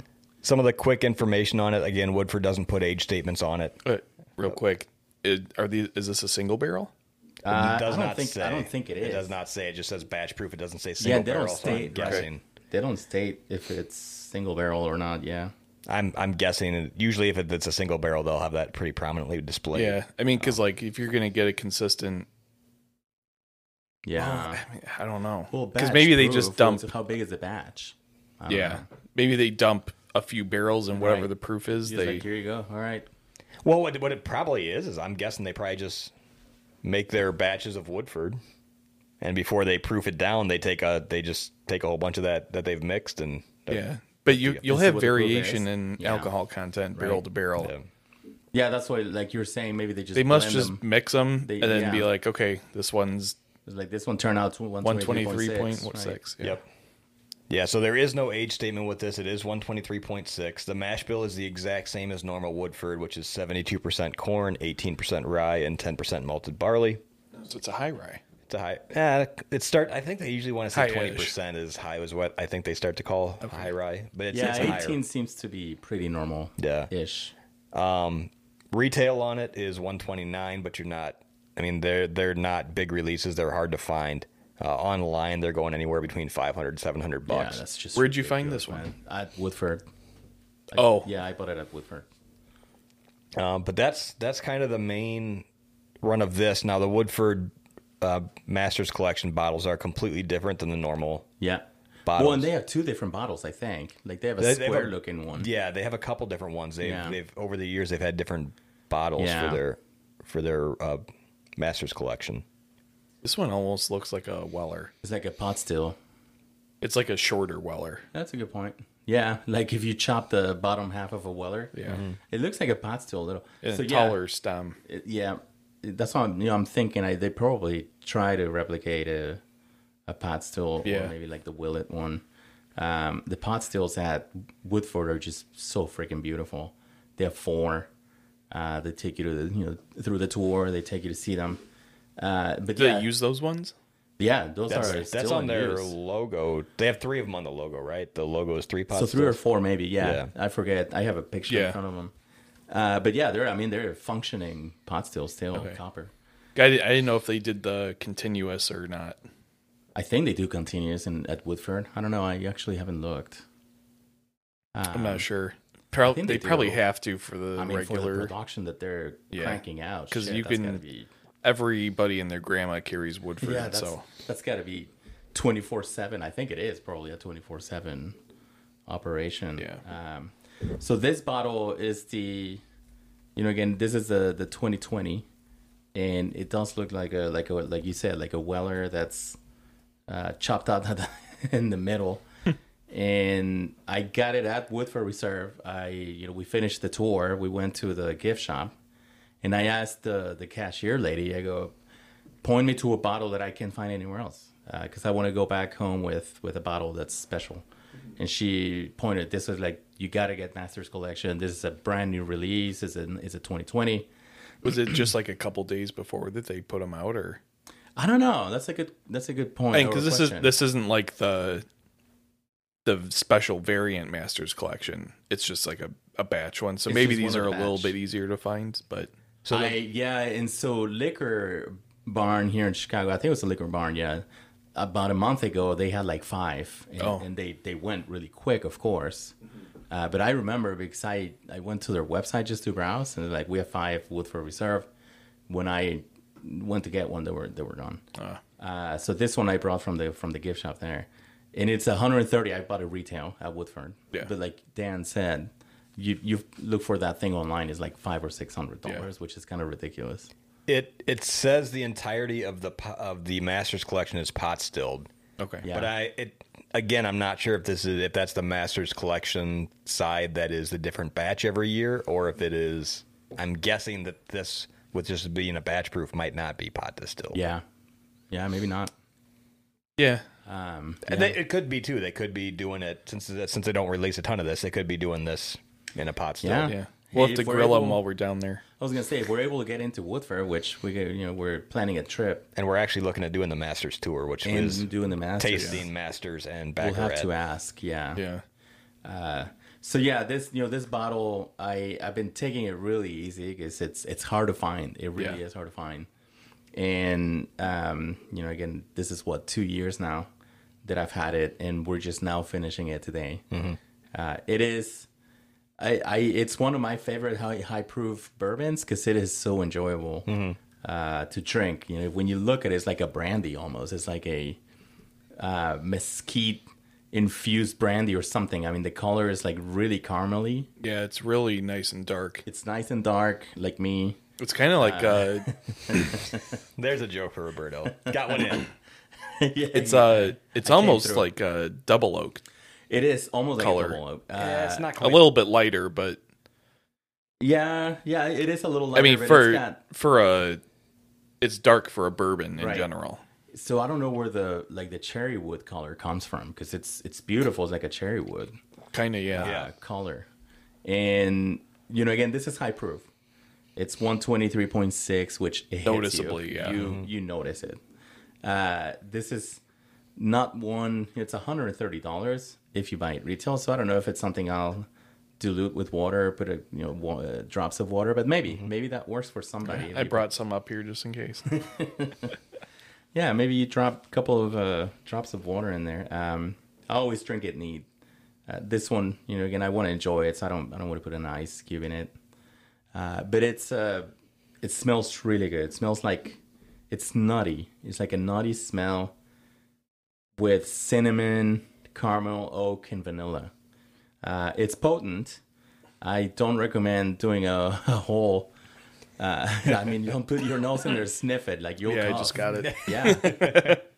Speaker 2: Some of the quick information on it. Again, Woodford doesn't put age statements on it.
Speaker 1: Uh, real quick, it, are these? Is this a single barrel?
Speaker 3: Uh,
Speaker 2: it does
Speaker 3: I don't
Speaker 2: not
Speaker 3: think-
Speaker 2: say.
Speaker 3: I don't think it
Speaker 2: It
Speaker 3: is.
Speaker 2: does not say. It just says batch proof. It doesn't say single
Speaker 3: they don't
Speaker 2: barrel. so I'm
Speaker 3: state, right.
Speaker 2: guessing.
Speaker 3: They don't state if it's single barrel or not. Yeah.
Speaker 2: I'm I'm guessing. and Usually, if it's a single barrel, they'll have that pretty prominently displayed.
Speaker 1: Yeah, I mean,
Speaker 3: oh.
Speaker 1: because like if you're gonna get a consistent,
Speaker 3: Yeah.
Speaker 1: I, mean, I don't know,
Speaker 3: Uh, Well,
Speaker 1: Oh, because
Speaker 3: batch
Speaker 1: maybe they
Speaker 3: proof,
Speaker 1: just
Speaker 3: what's-
Speaker 1: dump.
Speaker 3: How big is the batch? I don't
Speaker 1: Yeah,
Speaker 3: know.
Speaker 1: maybe they dump a few barrels and whatever
Speaker 3: Right.
Speaker 1: the proof is.
Speaker 3: Just
Speaker 1: they
Speaker 3: like, here you go. All right.
Speaker 2: Well, what, what it probably is is I'm guessing they probably just make their batches of Woodford, and before they proof it down, they take a they just take a whole bunch of that that they've mixed and
Speaker 1: yeah, but you you'll
Speaker 3: This is
Speaker 1: have
Speaker 3: what the proof
Speaker 1: variation
Speaker 3: is.
Speaker 1: in
Speaker 3: Yeah.
Speaker 1: alcohol content barrel to barrel.
Speaker 2: Yeah.
Speaker 3: Yeah, that's why, like you were saying, maybe they just
Speaker 1: They must
Speaker 3: blend
Speaker 1: just
Speaker 3: them.
Speaker 1: mix them
Speaker 3: They-
Speaker 1: and then
Speaker 3: yeah.
Speaker 1: be like, okay, this one's
Speaker 3: like this one turned out to
Speaker 1: one twenty three
Speaker 3: 123.6.
Speaker 1: point what
Speaker 3: right?
Speaker 1: six.
Speaker 2: Yep. Yeah, so there is no age statement with this. It is 123.6. The mash bill is the exact same as normal Woodford, which is 72% corn, 18% rye, and 10% malted barley.
Speaker 1: so it's a high rye.
Speaker 2: It's a high. Uh, it start. I think they usually want to say
Speaker 1: High-ish.
Speaker 2: twenty percent is high is what I think they start to call high rye, but it's,
Speaker 3: Yeah,
Speaker 2: it's higher.
Speaker 3: 18 seems to be pretty normal.
Speaker 2: Yeah.
Speaker 3: Ish.
Speaker 2: Retail on it is 129, but you're not. I mean, they're they're not big releases. They're hard to find. Uh, online, they're going anywhere between 500 700 bucks.
Speaker 3: Yeah, that's just.
Speaker 1: Where'd you find this
Speaker 3: ridiculous, man. At Woodford.
Speaker 1: Oh,
Speaker 3: Yeah, I bought it at Woodford.
Speaker 2: Um, but that's that's kind of the main run of this. Now the Woodford uh, Masters Collection bottles are completely different than the normal.
Speaker 3: Yeah.
Speaker 2: Bottles.
Speaker 3: Well, and they have two different bottles, I think. Like they have a
Speaker 2: They- they have a-
Speaker 3: square looking one.
Speaker 2: Yeah, they have a couple different ones. They've,
Speaker 3: Yeah.
Speaker 2: they've over the years they've had different bottles
Speaker 3: Yeah.
Speaker 2: for their for their uh, Masters Collection.
Speaker 1: this one almost looks like a Weller.
Speaker 3: It's like a pot still.
Speaker 1: It's like a shorter Weller.
Speaker 3: That's a good point. Yeah, like if you chop the bottom half of a Weller,
Speaker 1: Yeah,
Speaker 3: it looks like a pot still a little.
Speaker 1: and
Speaker 3: so
Speaker 1: a
Speaker 3: yeah,
Speaker 1: taller stem.
Speaker 3: it- yeah, it- that's what I'm, you know, I'm thinking. I, they probably try to replicate a a pot still,
Speaker 1: Yeah.
Speaker 3: or maybe like the Willet one. Um, the pot stills at Woodford are just so freaking beautiful. They have four. Uh, they take you to the you know through the tour. They take you to see them. Uh, but
Speaker 1: Do
Speaker 3: yeah,
Speaker 1: they use those ones?
Speaker 3: yeah, those
Speaker 2: That's,
Speaker 3: are
Speaker 2: that's
Speaker 3: still
Speaker 2: on
Speaker 3: in
Speaker 2: their
Speaker 3: use.
Speaker 2: logo. They have three of them on the logo, right? The logo is three pots.
Speaker 3: So three or four, maybe. Yeah,
Speaker 2: Yeah.
Speaker 3: I forget. I have a picture
Speaker 1: Yeah.
Speaker 3: in front of them. Uh, but yeah, they're. I mean, they're functioning pot stills, still copper.
Speaker 1: I, di- I didn't know if they did the continuous or not.
Speaker 3: I think they do continuous in at Woodford. I don't know. I actually haven't looked. Uh,
Speaker 1: I'm not sure. Prob-
Speaker 3: think
Speaker 1: they,
Speaker 3: they do.
Speaker 1: probably have to for the
Speaker 3: I mean, for the
Speaker 1: regular.
Speaker 3: production that they're
Speaker 1: Yeah.
Speaker 3: cranking out,
Speaker 1: 'Cause
Speaker 3: shit,
Speaker 1: you
Speaker 3: that's
Speaker 1: can-
Speaker 3: gotta be,
Speaker 1: Everybody and their grandma carries Woodford,
Speaker 3: yeah, that's,
Speaker 1: so
Speaker 3: that's got to be twenty four seven. I think it is probably a twenty four seven operation.
Speaker 1: Yeah.
Speaker 3: Um, so this bottle is the, you know, again, this is the the twenty twenty, and it does look like a like a like you said like a Weller that's uh, chopped out at the- (laughs) in
Speaker 1: (laughs)
Speaker 3: the middle. and I got it at Woodford Reserve. I, you know, we finished the tour. We went to the gift shop, and I asked the the cashier lady. I go, point me to a bottle that I can't find anywhere else, because I want to go back home with with a bottle that's special. And she pointed. This was like you got to get Masters Collection. This is a brand new release. It's a it's a 2020.
Speaker 1: was it just like a couple days before that they put them out, or
Speaker 3: I don't know. That's a good that's Oh, a good point.
Speaker 1: I mean,
Speaker 3: or
Speaker 1: because this is
Speaker 3: question.
Speaker 1: this isn't like the the special variant masters collection. It's just like a, a batch one, so
Speaker 3: It's
Speaker 1: maybe
Speaker 3: just
Speaker 1: these
Speaker 3: one
Speaker 1: are a
Speaker 3: of the
Speaker 1: little
Speaker 3: batch.
Speaker 1: bit easier to find. But
Speaker 2: So
Speaker 3: I,
Speaker 2: the-
Speaker 3: yeah, and so liquor barn here in Chicago, I think it was a liquor barn, yeah. About a month ago, they had like five, and,
Speaker 1: Oh.
Speaker 3: and they they went really quick, of course. Uh, but I remember because I I went to their website just to browse, and they're like we have five Woodford Reserve. When I went to get one, they were they were gone. Uh, so this one I brought from the from the gift shop there, and it's 130. I bought it retail at Woodford.
Speaker 1: Yeah.
Speaker 3: But like Dan said, you you look for that thing online is like five or six hundred dollars, which is kind of ridiculous.
Speaker 2: It it says the entirety of the po- of the Masters collection is pot stilled,
Speaker 1: okay,
Speaker 3: Yeah.
Speaker 2: but I it again I'm not sure if this is if that's the Masters collection side that is the different batch every year or if it is. I'm guessing that this with just being a batch proof might not be pot distilled.
Speaker 3: Yeah, yeah, maybe not.
Speaker 1: yeah,
Speaker 3: Um,
Speaker 2: And they, it could be too. They could be doing it since since they don't release a ton of this. They could be doing this in a pot still.
Speaker 3: Yeah.
Speaker 1: yeah. We'll
Speaker 3: Uh, Hey,
Speaker 1: have to
Speaker 3: if we're
Speaker 1: grill them
Speaker 3: able-
Speaker 1: while we're down there.
Speaker 3: I was gonna say if we're able to get into Woodford, which we get- you know we're planning a trip
Speaker 2: And we're actually looking at doing the Masters tour, which
Speaker 3: and
Speaker 2: is
Speaker 3: doing the masters,
Speaker 2: tasting Masters and
Speaker 3: we'll
Speaker 2: Baccarat.
Speaker 3: have to ask. Yeah.
Speaker 1: Yeah,
Speaker 3: So yeah, this you know this bottle I I've been taking it really easy because it's it's hard to find. It really
Speaker 1: Yeah.
Speaker 3: is hard to find. And um, you know, again, this is what two years now that I've had it, and we're just now finishing it today. Uh, it is. I, I it's one of my favorite high, high proof bourbons because it is so enjoyable uh, to drink. You know, when you look at it, it's like a brandy almost. It's like a uh, mesquite infused brandy or something. I mean, the color is like really caramely.
Speaker 1: yeah. It's really nice and dark.
Speaker 3: It's nice and dark, like me. (laughs)
Speaker 1: It's kind of like uh,
Speaker 2: There's a joke for Roberto. Got one
Speaker 3: (laughs)
Speaker 2: in.
Speaker 3: yeah,
Speaker 1: it's uh, it's almost
Speaker 3: through.
Speaker 1: like a double oak,
Speaker 3: it is almost
Speaker 1: color.
Speaker 3: like a double oak. Uh,
Speaker 2: not
Speaker 1: a little bit lighter, but
Speaker 3: yeah, yeah, it is a little. Lighter,
Speaker 1: I mean
Speaker 3: but
Speaker 1: for
Speaker 3: it's got-
Speaker 1: for a it's dark for a bourbon in
Speaker 3: Right.
Speaker 1: general.
Speaker 3: so I don't know where the like the cherry wood color comes from because it's it's beautiful. It's like a cherry wood.
Speaker 1: Kind of yeah.
Speaker 3: uh, color. And you know, again, this is high proof. It's one twenty three point six, which it hits you.
Speaker 1: Noticeably, yeah. Mm-hmm.
Speaker 3: You you notice it. Uh, this is not one. It's hundred and thirty dollars if you buy it retail. So I don't know if it's something I'll dilute with water, put a you know wa- uh, drops of water, but maybe maybe that works for somebody.
Speaker 1: Mm-hmm. I brought some up here just in
Speaker 3: (laughs)
Speaker 1: case.
Speaker 3: Yeah, maybe you drop a couple of uh, drops of water in there. Um, I always drink it neat. Uh, this one, you know, again, I want to enjoy it, so I don't, I don't want to put an ice cube in it. Uh, but it's, uh, it smells really good. It smells like, it's nutty. It's like a nutty smell with cinnamon, caramel, oak, and vanilla. Uh, it's potent. I don't recommend doing a, a (laughs) whole. Uh, (laughs) I mean, you don't put your nose in there, sniff it, like you'll.
Speaker 1: yeah, I
Speaker 3: cough.
Speaker 1: just got
Speaker 3: (laughs)
Speaker 1: it.
Speaker 2: (laughs)
Speaker 3: Yeah.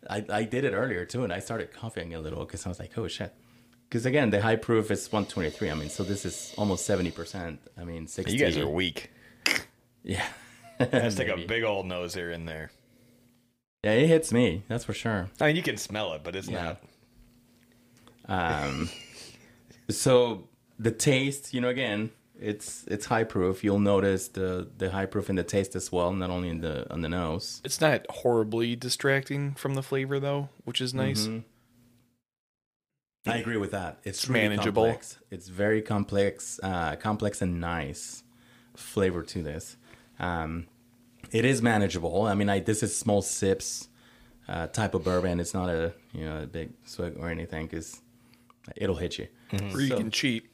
Speaker 3: I, I did it earlier too, and I started coughing a little because I was like, oh shit. Because again, the high proof is 123. I mean, so this is almost 70%. I mean, 60.
Speaker 2: You guys are weak.
Speaker 3: (laughs) Yeah.
Speaker 2: That's like a
Speaker 3: Maybe.
Speaker 2: big old nose here and there.
Speaker 3: Yeah, it hits me. That's for sure.
Speaker 2: I mean, you can smell it, but it's
Speaker 3: Yeah.
Speaker 2: not.
Speaker 3: Um, so the taste, you know, again, it's it's high proof. You'll notice the the high proof in the taste as well, not only in the on the nose.
Speaker 1: It's not horribly distracting from the flavor though, which is nice.
Speaker 3: Mm-hmm. I agree with that. It's
Speaker 1: manageable.
Speaker 3: complex. It's very complex, uh, complex and nice flavor to this. Um, it is manageable. I mean, I, this is small sips uh, type of bourbon. It's not a you know a big swig or anything because it'll hit you.
Speaker 1: Or you can cheat.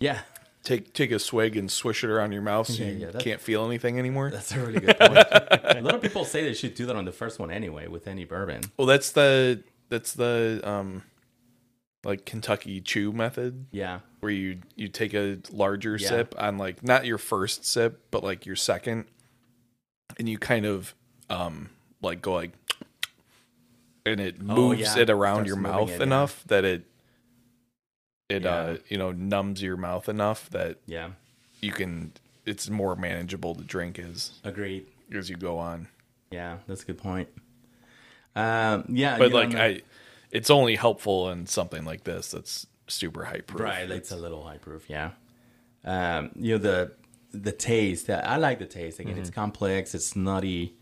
Speaker 3: Yeah, (laughs)
Speaker 1: Take take a swig and swish it around your mouth so
Speaker 3: Yeah,
Speaker 1: you
Speaker 3: yeah, that-
Speaker 1: can't feel anything anymore.
Speaker 3: that's a really good point. a lot of people say they should do that on the first one anyway with any bourbon.
Speaker 1: Well, that's the that's the um like Kentucky Chew method
Speaker 3: Yeah,
Speaker 1: where you you take a larger
Speaker 3: Yeah.
Speaker 1: sip on like not your first sip but like your second and you kind of um like go like and it moves
Speaker 3: Oh, yeah.
Speaker 1: it around
Speaker 3: Starts
Speaker 1: your
Speaker 3: moving
Speaker 1: mouth
Speaker 3: it, yeah.
Speaker 1: enough that it it uh
Speaker 3: Yeah.
Speaker 1: you know numbs your mouth enough that
Speaker 3: yeah,
Speaker 1: you can it's more manageable to drink as
Speaker 3: agreed.
Speaker 1: as you go on
Speaker 3: Yeah, that's a good point. Um, yeah,
Speaker 1: but
Speaker 3: you know,
Speaker 1: like
Speaker 3: I'm-
Speaker 1: i it's only helpful in something like this that's super high proof
Speaker 3: Right, it's a little high proof, yeah. Um, you know the the taste. I I like the taste. Again,
Speaker 1: Mm-hmm.
Speaker 3: it's complex. It's nutty,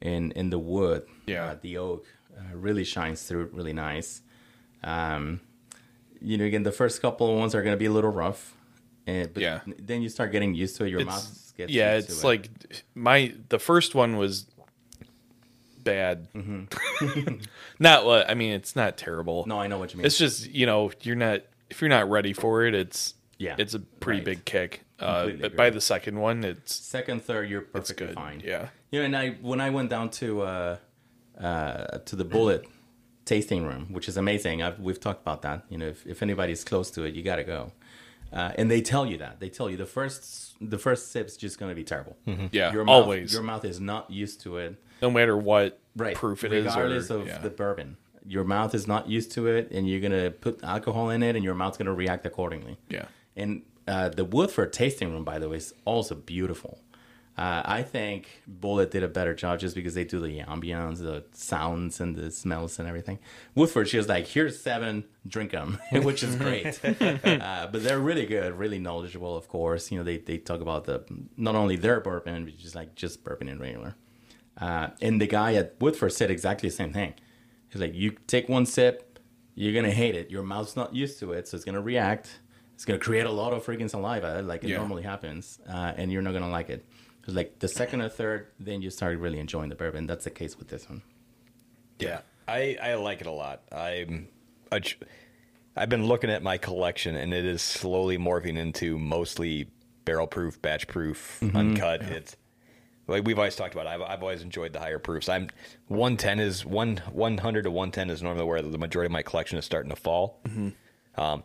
Speaker 3: in in the wood.
Speaker 1: Yeah.
Speaker 3: uh, the oak uh, really shines through. Really nice. Um, you know, again, the first couple of ones are gonna be a little rough, and but
Speaker 1: Yeah.
Speaker 3: then you start getting used to it. Your
Speaker 1: it's,
Speaker 3: mouth gets
Speaker 1: yeah
Speaker 3: used to
Speaker 1: it's
Speaker 3: it.
Speaker 1: like my the first one was bad (laughs) not what i mean it's not terrible
Speaker 3: Mm-hmm. no, I know what you mean.
Speaker 1: it's just you know you're not if you're not ready for it it's
Speaker 3: Yeah,
Speaker 1: it's a pretty
Speaker 3: right.
Speaker 1: big kick uh,
Speaker 3: Completely
Speaker 1: but by
Speaker 3: agree.
Speaker 1: the second one it's
Speaker 3: Second, third, you're
Speaker 1: it's
Speaker 3: perfectly
Speaker 1: good
Speaker 3: fine.
Speaker 1: yeah
Speaker 3: You know, and I when I went down to uh, uh, to the Bullet tasting room, which is amazing. I've, we've talked about that. You know, if, if anybody's close to it, you gotta go. Uh, and they tell you that they tell you the first the first sip's just gonna be terrible.
Speaker 1: Mm-hmm. yeah
Speaker 3: Your mouth,
Speaker 1: always
Speaker 3: your mouth is not used to it.
Speaker 1: no matter what
Speaker 3: Right,
Speaker 1: proof it is
Speaker 3: regardless
Speaker 1: or,
Speaker 3: of
Speaker 1: yeah.
Speaker 3: the bourbon, your mouth is not used to it, and you're gonna put alcohol in it, and your mouth's gonna react accordingly.
Speaker 1: yeah
Speaker 3: And uh, the Woodford tasting room, by the way, is also beautiful. Uh, I think Bullet did a better job just because they do the ambience, the sounds, and the smells and everything. Woodford, she was like, "Here's seven, drink them," (laughs) which is great. uh, but they're really good, really knowledgeable, of course. You know, they they talk about the not only their bourbon, but just like just bourbon in regular. Uh, and the guy at Woodford said exactly the same thing. He's like, you take one sip, you're gonna hate it. Your mouth's not used to it, so it's gonna react. It's gonna create a lot of freaking saliva, like it
Speaker 1: Yeah.
Speaker 3: normally happens, uh, and you're not gonna like it. It's like the second or third, then you start really enjoying the bourbon. That's the case with this one.
Speaker 2: Yeah, I, I like it a lot. I'm I, ch- I've been looking at my collection, and it is slowly morphing into mostly barrel proof, batch proof, uncut. It's like we've always talked about. I've, I've always enjoyed the higher proofs. I'm 110 is one 100 to 110 is normally where the majority of my collection is starting to fall. Um,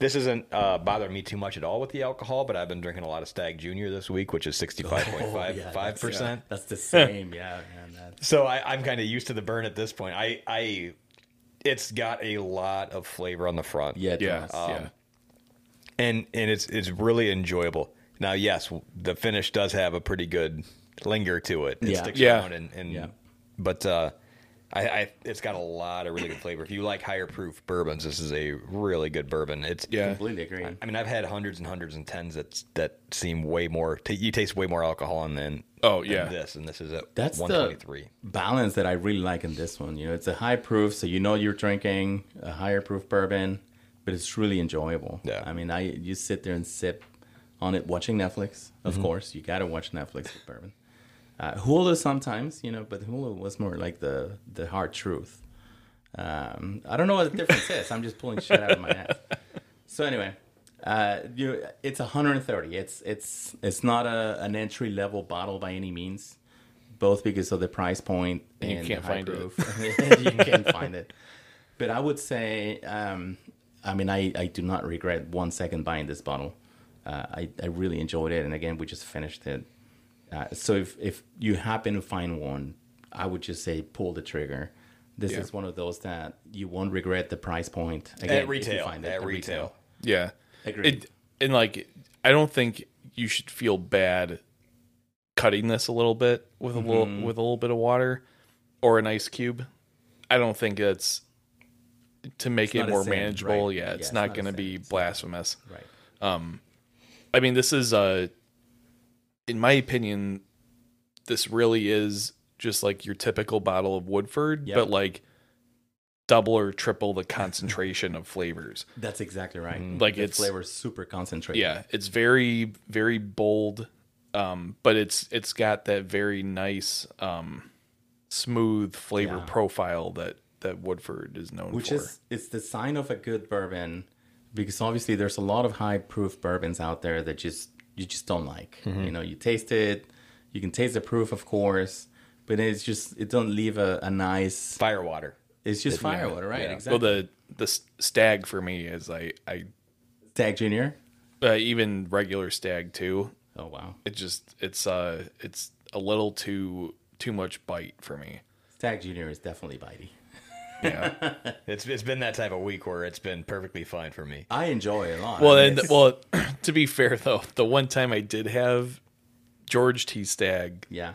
Speaker 2: this isn't uh, bothering me too much at all with the alcohol, but I've been drinking a lot of Stag Junior this week, which is
Speaker 3: (laughs)
Speaker 2: 65.55 percent.
Speaker 3: Oh, That's the same, yeah. Man, that,
Speaker 2: So I, I'm kind of used to the burn at this point. I, I, it's got a lot of flavor on the front.
Speaker 3: yeah, um,
Speaker 1: yeah
Speaker 3: Thomas.
Speaker 1: yeah
Speaker 2: and and it's it's really enjoyable. Now, yes, the finish does have a pretty good linger to it. It
Speaker 3: Yeah.
Speaker 2: sticks
Speaker 1: Yeah.
Speaker 2: around and, and
Speaker 3: Yeah.
Speaker 2: but uh, I, I it's got a lot of really good flavor. If you like higher proof bourbons, this is a really good bourbon. It's
Speaker 1: Yeah.
Speaker 3: Completely agree.
Speaker 2: I mean, I've had hundreds and hundreds and tens that that seem way more. T- you taste way more alcohol in than
Speaker 1: Oh,
Speaker 2: than
Speaker 1: yeah.
Speaker 2: this and this is at
Speaker 3: That's
Speaker 2: one twenty three.
Speaker 3: the balance that I really like in this one. You know, it's a high proof, so you know you're drinking a higher proof bourbon, but it's really enjoyable.
Speaker 2: Yeah.
Speaker 3: I mean, I you sit there and sip on it, watching Netflix. Of course, you gotta watch Netflix with bourbon. Uh, Hulu sometimes, you know, but Hulu was more like the the hard truth. Um, I don't know what the difference is. I'm just pulling shit out of my ass. So anyway, uh, you it's 130. It's it's it's not a, an entry level bottle by any means, both because of the price point and
Speaker 1: you can't
Speaker 3: the high
Speaker 1: find it.
Speaker 3: proof. (laughs) you can't find it. But I would say, um, I mean, I, I do not regret one second buying this bottle. Uh, I I really enjoyed it, and again, we just finished it. Uh, so if if you happen to find one, I would just say pull the trigger. This
Speaker 1: Yeah.
Speaker 3: is one of those that you won't regret the price point again, if
Speaker 2: At
Speaker 3: you
Speaker 2: retail,
Speaker 3: find it
Speaker 2: at retail.
Speaker 1: Yeah.
Speaker 3: Agreed.
Speaker 1: It, and like I don't think you should feel bad cutting this a little bit with a
Speaker 3: Mm-hmm.
Speaker 1: little with a little bit of water or an ice cube. I don't think that's to make
Speaker 3: not
Speaker 1: it
Speaker 3: a
Speaker 1: more
Speaker 3: sin,
Speaker 1: manageable.
Speaker 3: right.
Speaker 1: Yeah, it's
Speaker 3: Yeah,
Speaker 1: not,
Speaker 3: it's not a
Speaker 1: going to
Speaker 3: sin,
Speaker 1: be blasphemous.
Speaker 3: Right.
Speaker 1: I mean, this is uh in my opinion, this really is just like your typical bottle of Woodford,
Speaker 3: Yep.
Speaker 1: but like double or triple the concentration of flavors.
Speaker 3: That's exactly right.
Speaker 2: Mm-hmm.
Speaker 1: Like
Speaker 3: the
Speaker 1: it's
Speaker 3: flavor is super concentrated.
Speaker 1: yeah it's very very bold um but it's it's got that very nice um smooth flavor
Speaker 3: Yeah.
Speaker 1: profile that that woodford is known
Speaker 3: Which
Speaker 1: for
Speaker 3: is it's the sign of a good bourbon because obviously there's a lot of high proof bourbons out there that just you just don't like.
Speaker 2: Mm-hmm.
Speaker 3: You know, you taste it, you can taste the proof of course, but it's just it don't leave a, a nice
Speaker 2: Firewater.
Speaker 3: it's just firewood, right?
Speaker 2: yeah.
Speaker 1: well
Speaker 3: Exactly.
Speaker 1: the the s- stag for me is i i
Speaker 3: Stag Junior.
Speaker 1: uh, even regular stag too
Speaker 3: Oh wow.
Speaker 1: it just it's uh it's a little too too much bite for me
Speaker 3: Stag Junior is definitely bitey.
Speaker 1: yeah
Speaker 2: It's it's been that type of week where it's been perfectly fine for me.
Speaker 3: I enjoy it a lot.
Speaker 1: Well,
Speaker 3: I mean,
Speaker 1: then,
Speaker 3: it's-
Speaker 1: well, (clears throat) to be fair though, the one time I did have George T. Stag
Speaker 3: yeah.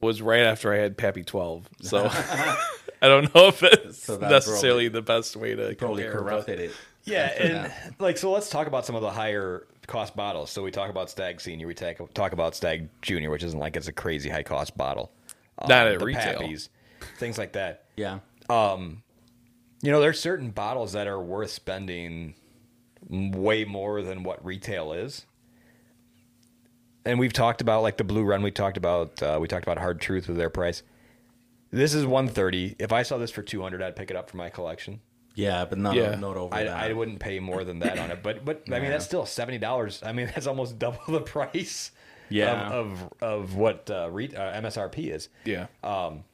Speaker 1: was right after I had Pappy 12.
Speaker 2: (laughs)
Speaker 1: So (laughs) I don't know if that's
Speaker 3: So that
Speaker 1: necessarily the best way to
Speaker 3: Probably
Speaker 1: compare, but-
Speaker 3: corrupted it.
Speaker 2: Yeah,
Speaker 3: After
Speaker 2: and
Speaker 3: that.
Speaker 2: like so, let's talk about some of the higher cost bottles. So we talk about Stag Senior, we talk, talk about Stag Junior, which isn't like it's a crazy high cost bottle. Um,
Speaker 1: Not at
Speaker 2: the
Speaker 1: retail.
Speaker 2: Pappies, things like that.
Speaker 3: Yeah.
Speaker 2: You know, there's certain bottles that are worth spending way more than what retail is. And we've talked about like the Blue Run. We talked about uh, we talked about Hard Truth with their price. This is 130. If I saw this for 200, I'd pick it up for my collection.
Speaker 3: Yeah, but not
Speaker 1: Yeah.
Speaker 3: not over
Speaker 2: I,
Speaker 3: that.
Speaker 2: I wouldn't pay more than that on it, but but I mean that's still seventy dollars. I mean (laughs) that's almost double the price.
Speaker 3: Yeah.
Speaker 2: Of of, of what uh, re, uh, MSRP is.
Speaker 1: Yeah.
Speaker 2: Um,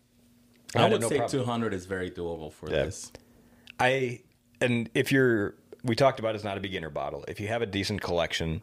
Speaker 2: I
Speaker 3: I
Speaker 2: had
Speaker 3: would
Speaker 2: no
Speaker 3: say
Speaker 2: problem.
Speaker 3: 200 is very doable for
Speaker 2: Yeah.
Speaker 3: this.
Speaker 2: I and if you're we talked about it's not a beginner bottle. If you have a decent collection,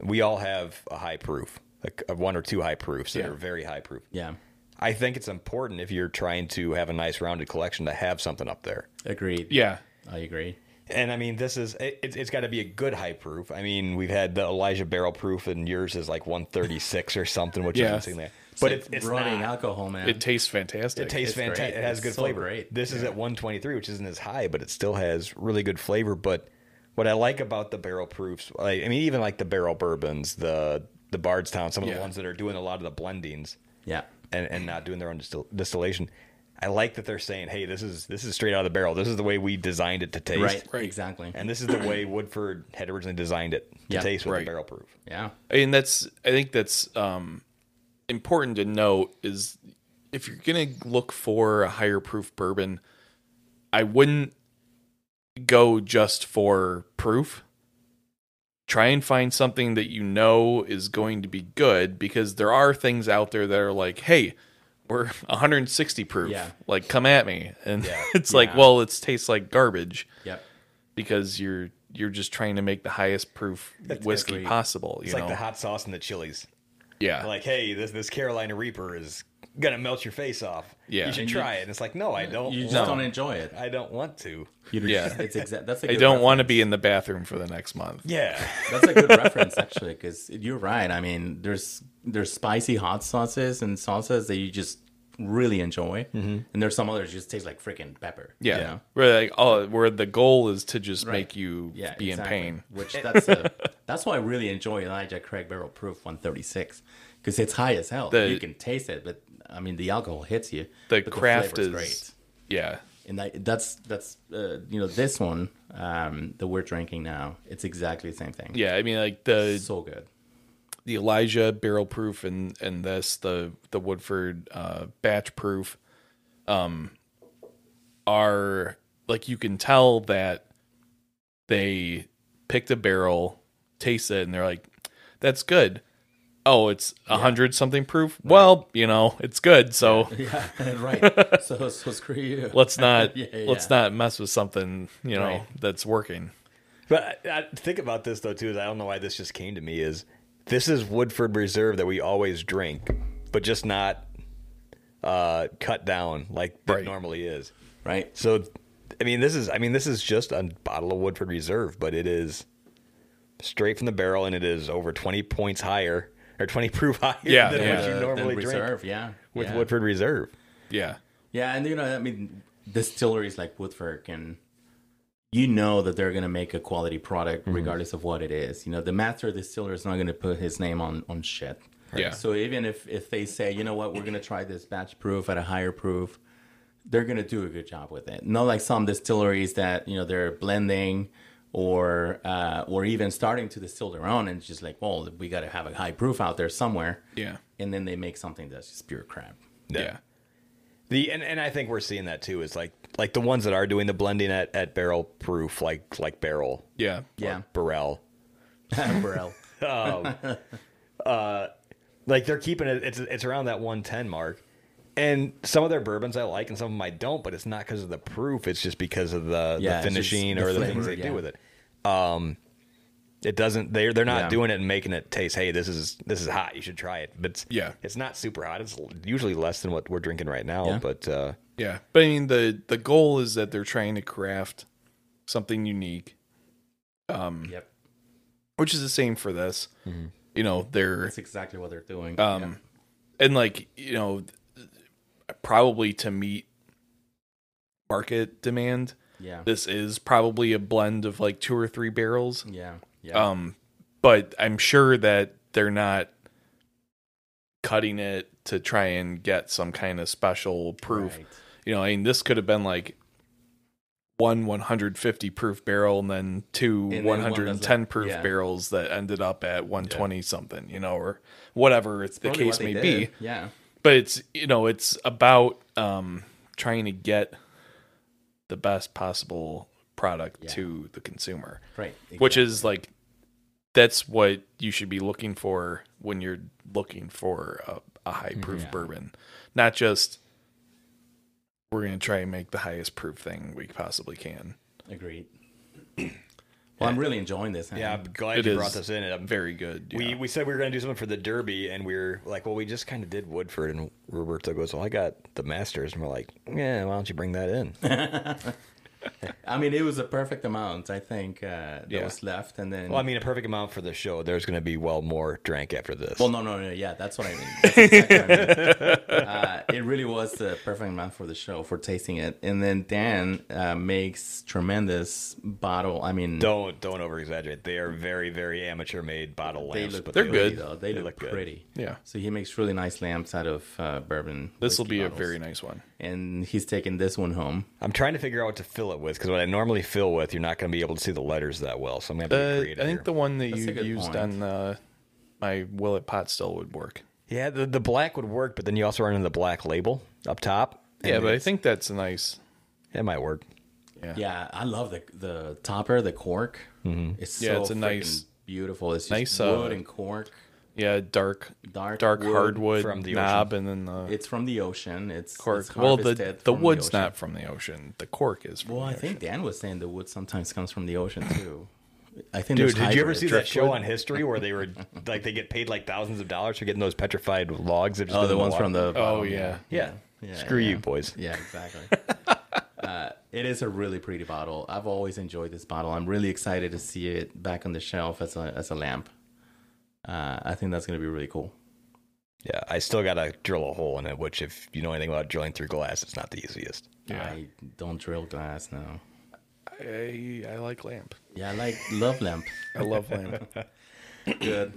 Speaker 2: we all have a high proof, like a one or two high proofs that
Speaker 1: Yeah.
Speaker 2: are very high proof.
Speaker 3: Yeah,
Speaker 2: I think it's important if you're trying to have a nice rounded collection to have something up there.
Speaker 3: agreed.
Speaker 1: yeah.
Speaker 3: I agree.
Speaker 2: And I mean, this is it, it's, it's got to be a good high proof. I mean, we've had the Elijah barrel proof, and yours is like 136 or something, which
Speaker 1: Yeah.
Speaker 2: isn't seeing that. But it's, it's
Speaker 3: running
Speaker 2: running out.
Speaker 3: alcohol, man.
Speaker 1: It tastes fantastic.
Speaker 2: It tastes
Speaker 3: It's great.
Speaker 2: fantastic. It has
Speaker 3: It's
Speaker 2: good
Speaker 3: so
Speaker 2: flavor.
Speaker 3: great.
Speaker 2: This is at 123, which isn't as high, but it still has really good flavor. But what I like about the barrel proofs, like, I mean, even like the barrel bourbons, the the Bardstown, some of
Speaker 1: Yeah.
Speaker 2: the ones that are doing a lot of the blendings
Speaker 3: yeah,
Speaker 2: and, and not doing their own distil- distillation. I like that they're saying, "Hey, this is this is straight out of the barrel. This is the way we designed it to taste."
Speaker 3: right,
Speaker 1: Right.
Speaker 3: exactly.
Speaker 2: And this is the way Woodford had originally designed it to
Speaker 3: Yeah,
Speaker 2: taste with
Speaker 1: right.
Speaker 2: the barrel proof.
Speaker 3: yeah,
Speaker 1: and that's I think that's um, important to note is if you're gonna look for a higher proof bourbon, I wouldn't go just for proof. Try and find something that you know is going to be good because there are things out there that are like, hey, we're (laughs) 160 proof,
Speaker 3: Yeah.
Speaker 1: like come at me, and
Speaker 2: Yeah.
Speaker 1: (laughs) it's like, well, it tastes like garbage
Speaker 3: yep.
Speaker 1: because you're you're just trying to make the highest proof whiskey
Speaker 3: agreed.
Speaker 1: possible. You
Speaker 2: It's
Speaker 1: know,
Speaker 2: like the hot sauce and the chilies.
Speaker 1: yeah,
Speaker 2: Like, hey, this this Carolina Reaper is gonna melt your face off.
Speaker 1: Yeah.
Speaker 2: you should
Speaker 1: And
Speaker 3: you-
Speaker 2: try it. And it's like, no, I don't.
Speaker 3: You just
Speaker 2: want-
Speaker 3: don't enjoy it.
Speaker 2: I don't want to.
Speaker 3: You just,
Speaker 1: Yeah.
Speaker 3: it's exact. That's a
Speaker 1: I
Speaker 3: good
Speaker 1: don't want to be in the bathroom for the next month.
Speaker 2: Yeah, (laughs)
Speaker 3: That's
Speaker 1: (laughs)
Speaker 3: a good reference actually, because you're right. I mean, there's there's spicy hot sauces and salsas that you just really enjoy, and there's some others just taste like freaking pepper. you
Speaker 1: Yeah.
Speaker 3: know?
Speaker 1: Where like oh where the goal is to just
Speaker 3: Right.
Speaker 1: make you
Speaker 3: yeah,
Speaker 1: be
Speaker 3: exactly.
Speaker 1: in pain. (laughs)
Speaker 3: Which that's a, that's why I really enjoy Elijah Craig Barrel Proof 136 because it's high as hell.
Speaker 1: The-
Speaker 3: you can taste it, but I mean the alcohol hits you.
Speaker 1: The
Speaker 3: but
Speaker 1: craft
Speaker 3: flavor's
Speaker 1: is yeah.
Speaker 3: and I, that's that's uh, you know this one um, that we're drinking now. It's exactly the same thing.
Speaker 1: Yeah, I mean like the
Speaker 3: so good.
Speaker 1: the Elijah barrel proof and and this the the Woodford uh, batch proof um are like you can tell that they picked a barrel, taste it, and they're like, "That's good." Oh, it's a hundred something proof. Well, you know, it's good. So
Speaker 3: (laughs) Yeah, (laughs) right. so so screw you.
Speaker 1: (laughs) let's not
Speaker 3: Yeah, yeah,
Speaker 1: let's
Speaker 3: yeah.
Speaker 1: not mess with something you know
Speaker 3: Right.
Speaker 1: that's working.
Speaker 2: But I, I think about this though too. Is I don't know why this just came to me. Is this is Woodford Reserve that we always drink, but just not uh, cut down like
Speaker 1: Right.
Speaker 2: it normally is.
Speaker 3: right.
Speaker 2: So, I mean, this is I mean this is just a bottle of Woodford Reserve, but it is straight from the barrel, and it is over twenty points higher or twenty (laughs) proof higher
Speaker 1: Yeah,
Speaker 2: than
Speaker 1: yeah.
Speaker 2: what you
Speaker 3: Uh,
Speaker 2: normally
Speaker 3: then
Speaker 2: drink
Speaker 3: reserve, yeah.
Speaker 2: with
Speaker 3: yeah.
Speaker 2: Woodford Reserve.
Speaker 1: Yeah,
Speaker 3: Yeah, and you know, I mean, distilleries like Woodford can, you know, that they're gonna make a quality product
Speaker 2: Mm-hmm.
Speaker 3: regardless of what it is. You know, the master distiller is not gonna put his name on on shit.
Speaker 1: Yeah.
Speaker 3: So even if if they say, you know what, we're gonna try this batch proof at a higher proof, they're gonna do a good job with it. Not like some distilleries that you know they're blending. Or uh, or even starting to distill their own, and it's just like, well, we got to have a high proof out there somewhere,
Speaker 1: yeah,
Speaker 3: and then they make something that's just pure crap.
Speaker 1: yeah,
Speaker 2: The and, and I think we're seeing that too. Is like like the ones that are doing the blending at, at barrel proof, like like barrel,
Speaker 1: yeah, (laughs)
Speaker 3: Yeah,
Speaker 2: barrel.
Speaker 3: Burrell.
Speaker 2: Like they're keeping it. It's it's around that one ten mark. And some of their bourbons I like, and some of them I don't. But it's not because of the proof. It's just because of the,
Speaker 3: Yeah,
Speaker 2: the
Speaker 3: it's just
Speaker 2: finishing
Speaker 3: the
Speaker 2: or the
Speaker 3: flavor,
Speaker 2: things they
Speaker 3: yeah.
Speaker 2: do with it. Um, it doesn't. They're they're not
Speaker 3: Yeah.
Speaker 2: doing it and making it taste. Hey, this is this is hot. You should try it. But it's,
Speaker 1: Yeah.
Speaker 2: it's not super hot. It's usually less than what we're drinking right now.
Speaker 3: Yeah.
Speaker 2: But uh,
Speaker 1: Yeah, but I mean the the goal is that they're trying to craft something unique,
Speaker 3: (laughs) yep.
Speaker 1: which is the same for this. You know, they're
Speaker 3: That's exactly what they're doing.
Speaker 1: um and like you know probably to meet market demand.
Speaker 3: yeah.
Speaker 1: This is probably a blend of like two or three barrels.
Speaker 3: yeah. Yeah.
Speaker 1: Um, but I'm sure that they're not cutting it to try and get some kind of special proof.
Speaker 3: Right.
Speaker 1: You know, I mean, this could have been like one 150 proof barrel and then two
Speaker 3: then one that's
Speaker 1: 110
Speaker 3: like-
Speaker 1: proof
Speaker 3: yeah.
Speaker 1: barrels that ended up at 120 something, you know, or whatever it's the
Speaker 3: Probably what
Speaker 1: case
Speaker 3: they
Speaker 1: may be
Speaker 3: did. Yeah.
Speaker 1: but it's you know it's about um trying to get the best possible product to the consumer
Speaker 3: Right.
Speaker 1: which is like that's what you should be looking for when you're looking for a, a high proof bourbon not just we're going to try and make the highest proof thing we possibly can
Speaker 3: Agreed. Well, I'm really enjoying this.
Speaker 2: yeah,
Speaker 3: huh?
Speaker 2: I'm glad
Speaker 1: It
Speaker 2: you
Speaker 1: is
Speaker 2: brought this in. and I'm
Speaker 1: very good
Speaker 2: We
Speaker 1: yeah.
Speaker 2: we said we were going to do something for the Derby, and we were like, well, we just kind of did Woodford, and Roberto goes, well, I got the Masters, and we're like, yeah, why don't you bring that in?
Speaker 3: I mean, it was a perfect amount, I think, uh, that
Speaker 1: Yeah.
Speaker 3: was left. And then.
Speaker 2: well, I mean, a perfect amount for the show. There's going to be well more drank after this.
Speaker 3: Well, no, no, no. Yeah, that's what I mean. That's exactly what
Speaker 1: (laughs)
Speaker 3: I mean. Uh, it really was the perfect amount for the show for tasting it. And then Dan uh, makes tremendous bottle. I mean,
Speaker 2: don't don't over exaggerate. They are very very amateur made bottle
Speaker 3: they
Speaker 2: lamps,
Speaker 3: look
Speaker 2: but
Speaker 1: they're
Speaker 2: they
Speaker 3: pretty,
Speaker 1: good.
Speaker 3: Though. They, look,
Speaker 2: look good.
Speaker 3: pretty.
Speaker 1: Yeah.
Speaker 3: So he makes really nice lamps out of uh, bourbon.
Speaker 1: this will
Speaker 3: whiskey
Speaker 1: be a
Speaker 3: bottles.
Speaker 1: very nice one
Speaker 3: and he's taking this one home.
Speaker 2: I'm trying to figure out what to fill it with because what I normally fill with, you're not going to be able to see the letters that well. So I'm going to be
Speaker 1: uh, i
Speaker 2: creative
Speaker 1: think
Speaker 2: here.
Speaker 1: the one that
Speaker 3: That's a
Speaker 1: you
Speaker 3: good
Speaker 1: used
Speaker 3: point.
Speaker 1: on uh, my willet pot still would work
Speaker 2: yeah, the, the black would work, but then you also run into the black label up top. and
Speaker 1: yeah but i
Speaker 2: it's-
Speaker 1: think that's a nice
Speaker 2: it might work.
Speaker 3: Yeah, I love the the topper, the cork. Mm-hmm. It's so
Speaker 1: Yeah, it's a
Speaker 3: freaking
Speaker 1: nice-
Speaker 3: beautiful. It's just
Speaker 1: nice, uh,
Speaker 3: wood and cork.
Speaker 1: Yeah, dark,
Speaker 3: Dark
Speaker 1: dark
Speaker 3: wood
Speaker 1: hardwood
Speaker 2: from the
Speaker 1: knob, and then the
Speaker 3: It's from the ocean. It's
Speaker 1: cork.
Speaker 3: It's
Speaker 1: well, the
Speaker 3: harvested
Speaker 1: the
Speaker 3: from
Speaker 1: wood's
Speaker 3: ocean.
Speaker 1: not from the ocean. The cork is. From
Speaker 3: Well,
Speaker 1: the
Speaker 3: I
Speaker 1: ocean.
Speaker 3: think Dan was saying the wood sometimes comes from the ocean too. I think.
Speaker 2: Dude,
Speaker 3: there's
Speaker 2: did you ever
Speaker 3: hybrid.
Speaker 2: see that show on History where they were (laughs) like they get paid like thousands of dollars for getting those petrified logs? that just
Speaker 3: Oh,
Speaker 2: live
Speaker 3: the
Speaker 2: in
Speaker 3: ones
Speaker 2: water?
Speaker 3: from the.
Speaker 1: Oh
Speaker 3: bottom,
Speaker 1: yeah,
Speaker 2: yeah.
Speaker 3: Yeah,
Speaker 2: Screw
Speaker 3: yeah.
Speaker 2: you, boys.
Speaker 3: Yeah, exactly.
Speaker 2: (laughs)
Speaker 3: uh, it is a really pretty bottle. I've always enjoyed this bottle. I'm really excited to see it back on the shelf as a as a lamp. Uh, I think that's gonna be really cool.
Speaker 2: Yeah, I still gotta drill a hole in it, which if you know anything about drilling through glass, it's not the easiest.
Speaker 3: I don't drill glass now.
Speaker 1: I, I like lamp.
Speaker 3: Yeah, I like love lamp.
Speaker 1: I love lamp.
Speaker 3: (laughs) Good.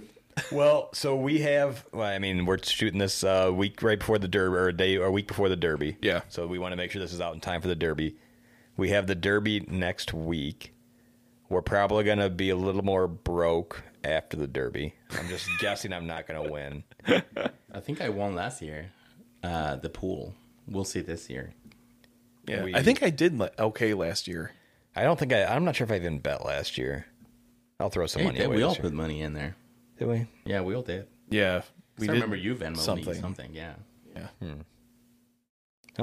Speaker 2: Well, so we have. Well, I mean, we're shooting this uh, week right before the derby, or a day, or a week before the derby.
Speaker 1: Yeah.
Speaker 2: So we want to make sure this is out in time for the derby. We have the derby next week. We're probably gonna be a little more broke after the derby. I'm (laughs) just guessing I'm not gonna win.
Speaker 3: I think I won last year. Uh, the pool. We'll see this year.
Speaker 1: Yeah,
Speaker 2: We-
Speaker 1: I think I did la- okay last year.
Speaker 2: I don't think I. I'm not sure if I even bet last year. I'll throw some
Speaker 3: Hey,
Speaker 2: money
Speaker 3: did-
Speaker 2: away.
Speaker 3: we
Speaker 2: this
Speaker 3: all
Speaker 2: year.
Speaker 3: put money in there.
Speaker 2: Did we?
Speaker 3: Yeah, we all did.
Speaker 1: Yeah,
Speaker 3: We I remember you Venmo something.
Speaker 1: something.
Speaker 3: me something. Yeah.
Speaker 1: Yeah.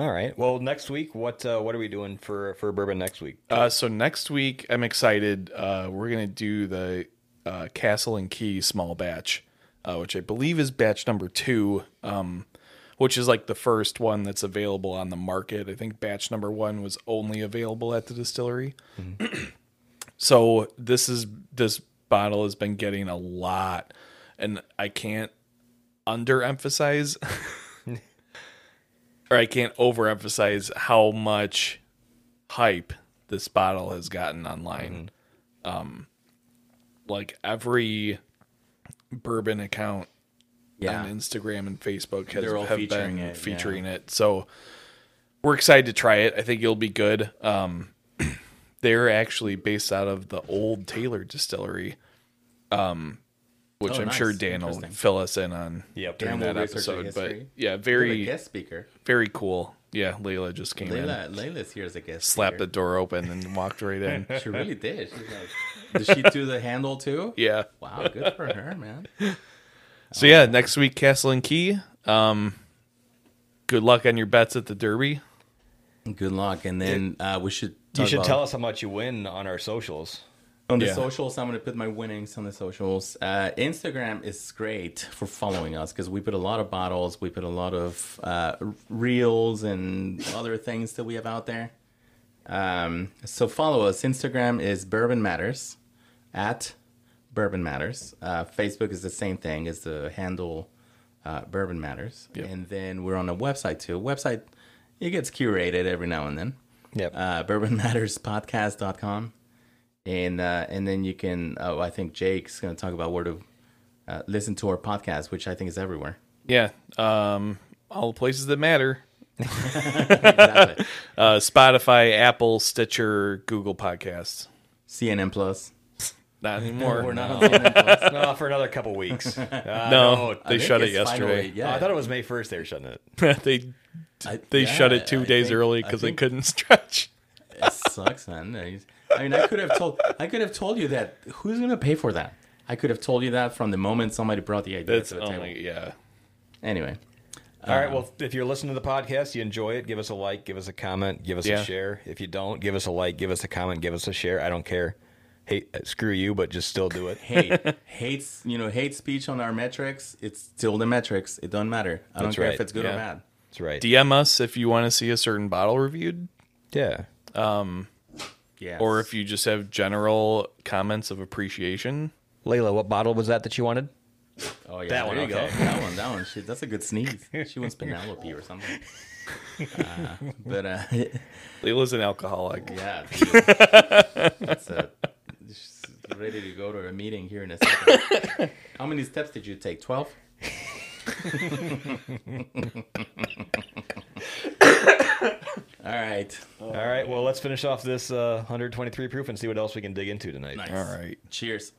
Speaker 2: All right. Well, next week, what uh, what are we doing for for bourbon next week?
Speaker 1: Uh, so next week, I'm excited. Uh, we're gonna do the uh, Castle and Key small batch, uh, which I believe is batch number two, um, which is like the first one that's available on the market. I think batch number one was only available at the distillery. (clears throat) so this is this bottle has been getting a lot, and I can't underemphasize (laughs) or I can't overemphasize how much hype this bottle has gotten online. Um,
Speaker 3: Mm-hmm.
Speaker 1: like every bourbon account
Speaker 3: Yeah.
Speaker 1: on Instagram and Facebook has
Speaker 3: They're all
Speaker 1: have
Speaker 3: featuring
Speaker 1: been
Speaker 3: it,
Speaker 1: featuring it. So we're excited to try it. I think it'll be good. Um, (clears throat) they're actually based out of the old Taylor Distillery, um, which
Speaker 3: Oh,
Speaker 1: I'm sure
Speaker 3: nice.
Speaker 1: Dan will
Speaker 3: Interesting.
Speaker 1: fill us in on
Speaker 2: Yep.
Speaker 1: during
Speaker 3: Dan will
Speaker 1: that
Speaker 3: research the
Speaker 1: episode. But
Speaker 3: history.
Speaker 1: yeah,
Speaker 3: We have a
Speaker 1: very
Speaker 3: guest speaker.
Speaker 1: very cool. Yeah, Layla just came in,
Speaker 3: Layla, Layla's here as a guest.
Speaker 1: slapped the
Speaker 3: speaker.
Speaker 1: door open, and walked right
Speaker 3: (laughs)
Speaker 1: in. (laughs)
Speaker 3: She really did. She's (laughs) like, did she do the handle too?
Speaker 1: Yeah.
Speaker 3: Wow, good for her, man.
Speaker 1: So yeah, next week Castle and Key. Um, good luck on your bets at the Derby.
Speaker 3: Good luck, and then uh, we should.
Speaker 2: You should
Speaker 3: about,
Speaker 2: tell us how much you win on our socials.
Speaker 3: on the
Speaker 1: Yeah.
Speaker 3: socials. I'm gonna put my winnings on the socials. Uh, Instagram is great for following us because we put a lot of bottles, we put a lot of uh, reels and other things that we have out there. Um, so follow us. Instagram is Bourbon Matters at Bourbon Matters. Uh, Facebook is the same thing as the handle uh, Bourbon Matters, and then we're on a website too. Website it gets curated every now and then
Speaker 2: Yep.
Speaker 3: (laughs) uh, bourbonmatterspodcast.com. And uh, and then you can. Oh, I think Jake's going to talk about where to uh, listen to our podcast, which I think is everywhere. (laughs)
Speaker 1: Yeah, um, all the places that matter:
Speaker 3: Exactly.
Speaker 1: uh, Spotify, Apple, Stitcher, Google Podcasts.
Speaker 3: CNN Plus.
Speaker 1: Not anymore.
Speaker 3: We're not on CNN Plus.
Speaker 2: no, for another
Speaker 1: (laughs)
Speaker 2: couple weeks. Uh,
Speaker 1: no,
Speaker 2: no, I
Speaker 1: they
Speaker 3: think
Speaker 1: shut it
Speaker 3: it's finally-
Speaker 1: yesterday.
Speaker 3: yeah.
Speaker 2: I thought it was May first. They're shutting it.
Speaker 1: (laughs) they
Speaker 3: (laughs) I-
Speaker 1: they
Speaker 3: yeah,
Speaker 1: shut it two
Speaker 3: I
Speaker 1: days
Speaker 3: think-
Speaker 1: early
Speaker 3: I
Speaker 1: because they
Speaker 3: think
Speaker 1: couldn't (laughs) stretch.
Speaker 3: It sucks, man. I mean, I could have told. I could have told you that. Who's going to pay for that? I could have told you that from the moment somebody brought the idea
Speaker 1: That's
Speaker 3: to the
Speaker 1: only
Speaker 3: table.
Speaker 1: yeah. (laughs)
Speaker 3: Anyway, Oh.
Speaker 2: All right. Well, if you're listening to the podcast, you enjoy it, give us a like, give us a comment, give us
Speaker 1: Yeah.
Speaker 2: a share. If you don't, give us a like, give us a comment, give us a share. I don't care. Hey, uh, screw you, but just still
Speaker 3: (laughs)
Speaker 2: do it.
Speaker 3: hate hates. You know, hate speech on our metrics. It's still the metrics. It doesn't matter. I don't
Speaker 2: That's
Speaker 3: care
Speaker 2: right,
Speaker 3: if it's good
Speaker 1: yeah.
Speaker 3: or bad.
Speaker 2: That's right.
Speaker 1: DM us if you want to see a certain bottle reviewed,
Speaker 2: yeah.
Speaker 3: Yeah.
Speaker 1: or if you just have general comments of appreciation.
Speaker 2: Layla, what bottle was that that you wanted?
Speaker 3: Oh yeah,
Speaker 2: That one,
Speaker 3: there you
Speaker 2: okay.
Speaker 3: go. That one, that one. She, that's a good sneeze. She wants Penelope or something. Uh, but uh, (laughs)
Speaker 1: Layla's an alcoholic.
Speaker 3: yeah, dude. that's a, she's ready to go to a meeting here in a second. How many steps did you take? Twelve. (laughs) All right.
Speaker 2: All uh, right. Well, let's finish off this uh, 123 proof and see what else we can dig into tonight.
Speaker 3: Nice.
Speaker 1: All right.
Speaker 3: Cheers.